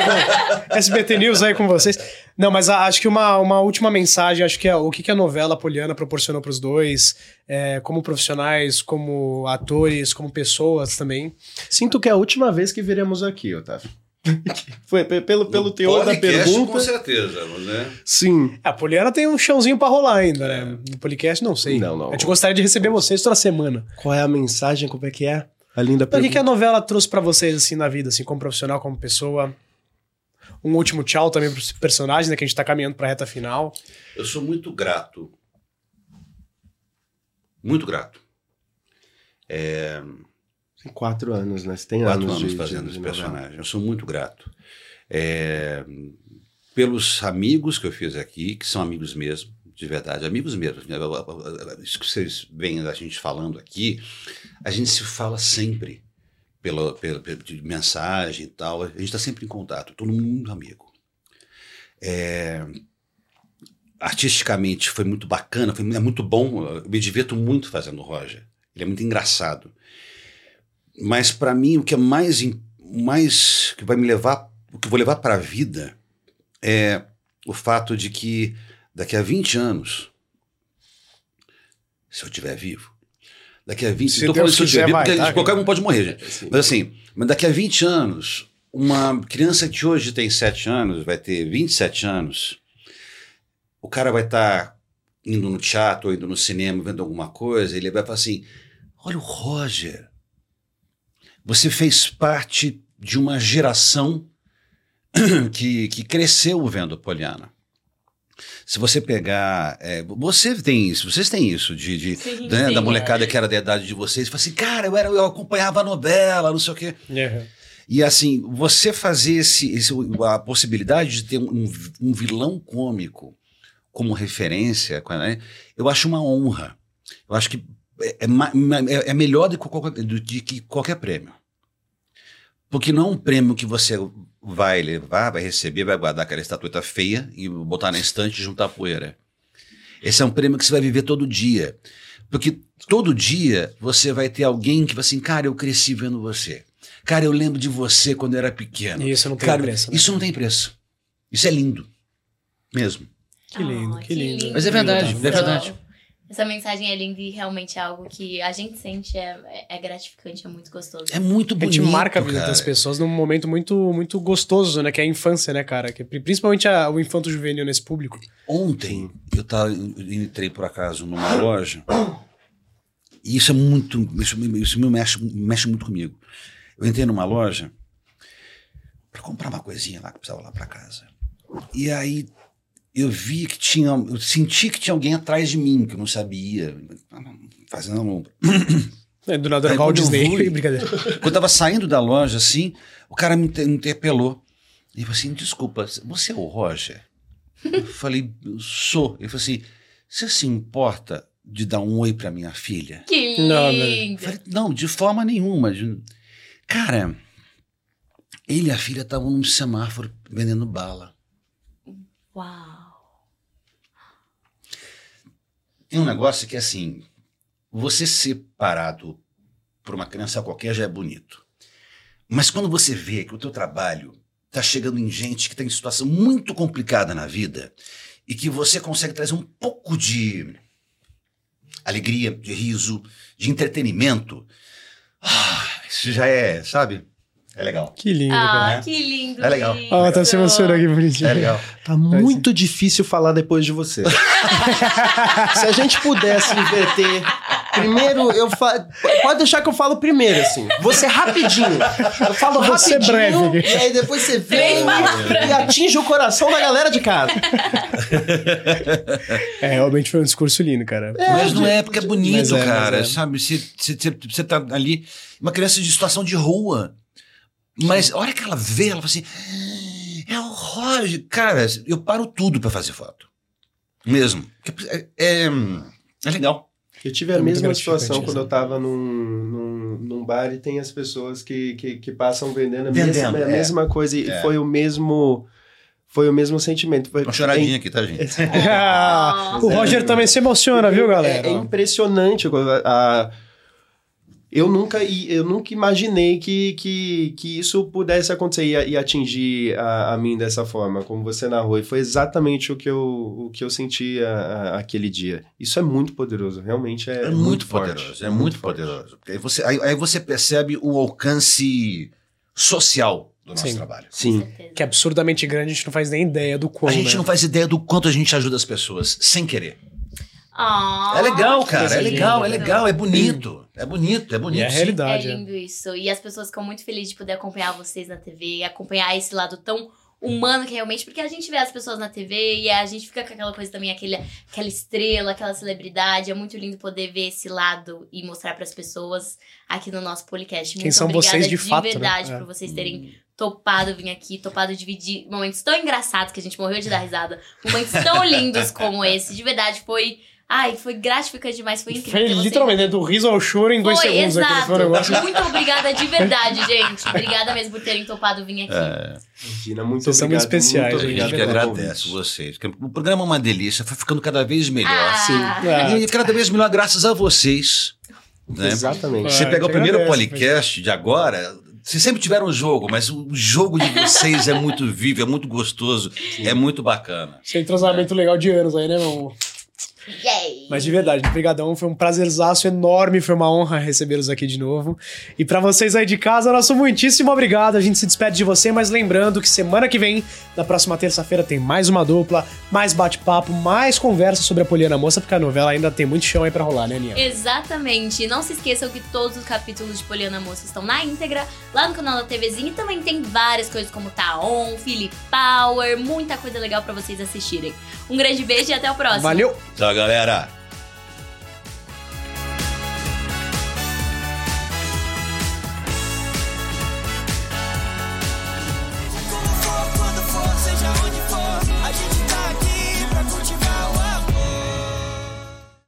com o SBT News aí com vocês. Não, mas a- acho que uma, uma última mensagem, acho que é o que, que a novela Poliana proporcionou pros dois, é, como profissionais, como atores, como pessoas também.
Sinto que é a última vez que viremos aqui, Otávio. Foi pe- pelo, pelo teor da
Podcast, Com
pergunta.
certeza, né?
Sim.
A Poliana tem um chãozinho pra rolar ainda, né? No podcast, não sei.
Não, não.
A gente gostaria de receber vocês toda semana.
Qual é a mensagem? Como é que é? A linda
Então, o que,
pergunta.
que a novela trouxe pra vocês, assim, na vida, assim, como profissional, como pessoa? Um último tchau também pros personagens, né? Que a gente tá caminhando pra reta final.
Eu sou muito grato. Muito grato.
Tem quatro anos, né? Você tem
Quatro
anos,
anos
de,
fazendo
de,
esse
de novela.
personagem. Eu sou muito grato. É, pelos amigos que eu fiz aqui, que são amigos mesmo, de verdade, amigos mesmo. né? Isso que vocês veem a gente falando aqui, a gente se fala sempre pela, pela, pela- de mensagem e tal. A gente está sempre em contato, todo mundo muito amigo. É, artisticamente foi muito bacana, foi, é muito bom. Eu me divirto muito fazendo o Roger. Ele é muito engraçado. Mas para mim o que é mais im- mais que vai me levar, o que eu vou levar para a vida é o fato de que daqui a 20 anos se eu estiver vivo, daqui a 20,
Se
estou
Deus
falando se eu
quiser,
estiver vivo,
vai,
porque
tá?
qualquer um pode morrer, gente.
Sim.
Mas assim, mas daqui a 20 anos, uma criança que hoje tem 7 anos, vai ter 27 anos, o cara vai estar indo no teatro, ou indo no cinema, vendo alguma coisa, ele vai falar assim: olha o Roger, você fez parte de uma geração que, que cresceu vendo Poliana. Se você pegar. é, você tem isso, vocês têm isso de, de-
Sim,
né,
sim, é.
da molecada que era da idade de vocês, fala assim, cara, eu, era, eu acompanhava a novela, não sei o quê. E assim, você fazer esse, esse- a possibilidade de ter um, um vilão cômico como referência, né, eu acho uma honra. Eu acho que é, é ma- ma- é- é melhor do que, qualquer, do- de que qualquer prêmio. Porque não é um prêmio que você vai levar, vai receber, vai guardar aquela estatueta feia e botar na estante e juntar poeira. Esse é um prêmio que você vai viver todo dia. Porque todo dia você vai ter alguém que vai assim, cara, eu cresci vendo você. Cara, eu lembro de você quando eu era pequeno.
E isso não tem
cara,
preço, né?
Isso não tem preço. Isso é lindo. Mesmo.
Que lindo, que
Ah, Que
lindo. tá?
lindo.
Mas é verdade,
Essa-
é verdade.
Essa mensagem é linda e realmente é algo que a gente sente, é, é- é gratificante, é muito gostoso.
A gente
bonito,
marca a vida
cara.
das pessoas num momento muito, muito gostoso, né? Que é a infância, né, cara? Que, pri- principalmente a- o infanto juvenil nesse público.
Ontem eu, tava, eu entrei por acaso numa loja e isso é muito. Isso, me- isso me mexe, mexe muito comigo. Eu entrei numa loja para comprar uma coisinha lá que eu precisava lá para casa. E aí eu vi que tinha. Eu senti que tinha alguém atrás de mim, que eu não sabia. Fazendo um
É, do nada era
Aí,
Walt
quando eu
Disney.
fui-
Brincadeira.
Quando eu tava saindo da loja, assim, o cara me inter- me interpelou. Ele falou assim: desculpa, você é o Roger? Eu falei, "Eu sou. Ele falou assim: você se importa de dar um oi pra minha filha?
Que lindo.
Falei, não, de forma nenhuma. de- Cara, ele e a filha estavam num semáforo vendendo bala.
Uau.
Tem um negócio que é assim: você ser parado por uma criança qualquer já é bonito. Mas quando você vê que o teu trabalho tá chegando em gente que está em situação muito complicada na vida e que você consegue trazer um pouco de alegria, de riso, de entretenimento, ah, isso já é, sabe? É legal.
Que lindo,
Ah,
né?
que lindo.
É legal.
lindo.
Ah, tá se emocionando aqui, bonitinho.
É legal.
Tá muito difícil falar depois de você. Se a gente pudesse inverter. Primeiro, eu fa... Pode deixar que eu falo primeiro, assim. Você rapidinho. Eu falo
Vou ser
rapidinho.
breve.
E aí depois você
Três
vem
palavras.
e atinge o coração da galera de casa.
É, realmente foi um discurso lindo, cara.
mas não é porque é
Mas
bonito,
é,
cara.
mas é.
Sabe? Você- Você você- você tá ali, uma criança de situação de rua. Mas a hora que ela vê, ela fala assim: "Ah, é o Roger. Cara, eu paro tudo pra fazer foto. Mesmo. Porque É, é, é legal.
Eu tive
É
a
muito
mesma
gratificante
situação
isso. né?
quando eu tava num, num, num bar e tem as pessoas que, que, que passam vendendo a
Vendendo,
mesma, a
é.
mesma coisa e
É.
foi o mesmo foi o mesmo sentimento. Foi,
Uma choradinha
tem-
aqui, tá,
É
gente? é.
Ah, o
Nossa.
Roger também se emociona, viu, galera?
É, é impressionante. a- a- eu nunca, i- eu nunca imaginei que, que, que isso pudesse acontecer e, a- e atingir a, a mim dessa forma, como você narrou. E foi exatamente o que eu, o que eu senti a- a- aquele dia. Isso é muito poderoso, realmente é,
É
muito,
muito
forte.
poderoso, é muito poderoso. Porque aí você, aí, aí você percebe o alcance social do nosso
Sim.
trabalho.
Sim.
Que é absurdamente grande, a gente não faz nem ideia do quão.
A gente
né?
não faz ideia do quanto a gente ajuda as pessoas, sem querer.
Ah,
É legal,
que
cara. É
lindo.
legal, é legal, é bonito. É bonito, é bonito.
E é a
sim.
realidade,
É lindo isso. E as pessoas ficam muito felizes de poder acompanhar vocês na TV, acompanhar esse lado tão humano que é realmente, porque a gente vê as pessoas na TV e a gente fica com aquela coisa também, aquele, aquela estrela, aquela celebridade. É muito lindo poder ver esse lado e mostrar pras pessoas aqui no nosso podcast.
Quem
muito
são
obrigada
vocês de fato, né?
verdade
É.
por vocês terem topado vir aqui, topado dividir momentos tão engraçados que a gente morreu de dar risada, momentos tão lindos como esse. De verdade, foi. Ai, foi gratificante demais, foi incrível.
Foi
ter vocês
literalmente, né, do riso ao choro em dois
foi,
segundos. aquele
exato.
foi um negócio.
Muito obrigada de verdade, gente. Obrigada mesmo por terem topado vir aqui.
Imagina, muito
Vocês são muito
obrigado,
especiais,
muito
A gente
obrigado
que
pelo
agradece vocês. porque O programa é uma delícia, foi ficando cada vez melhor.
Ah. Sim.
E cada vez melhor graças a vocês. né?
Exatamente.
Você
Ah,
pega
eu
o
que
primeiro
agradeço,
podcast de agora. Vocês sempre tiveram um jogo, mas o jogo de vocês é muito vivo, é muito gostoso, é muito bacana.
Sem entrosamento legal de anos aí, né, meu amor?
Yay!
Mas de verdade, brigadão, foi um prazerzaço enorme, foi uma honra recebê-los aqui de novo. E pra vocês aí de casa, nosso muitíssimo obrigado. A gente se despede de você, mas lembrando que semana que vem, na próxima terça-feira, tem mais uma dupla, mais bate-papo, mais conversa sobre a Poliana Moça, porque a novela ainda tem muito chão aí pra rolar, né, Aninha?
Exatamente. E Não se esqueçam que todos os capítulos de Poliana Moça estão na íntegra, lá no canal da TVzinha. E também tem várias coisas como Taon, Philip Power, muita coisa legal pra vocês assistirem. Um grande beijo e até o próximo.
Valeu!
Tchau, galera.
tá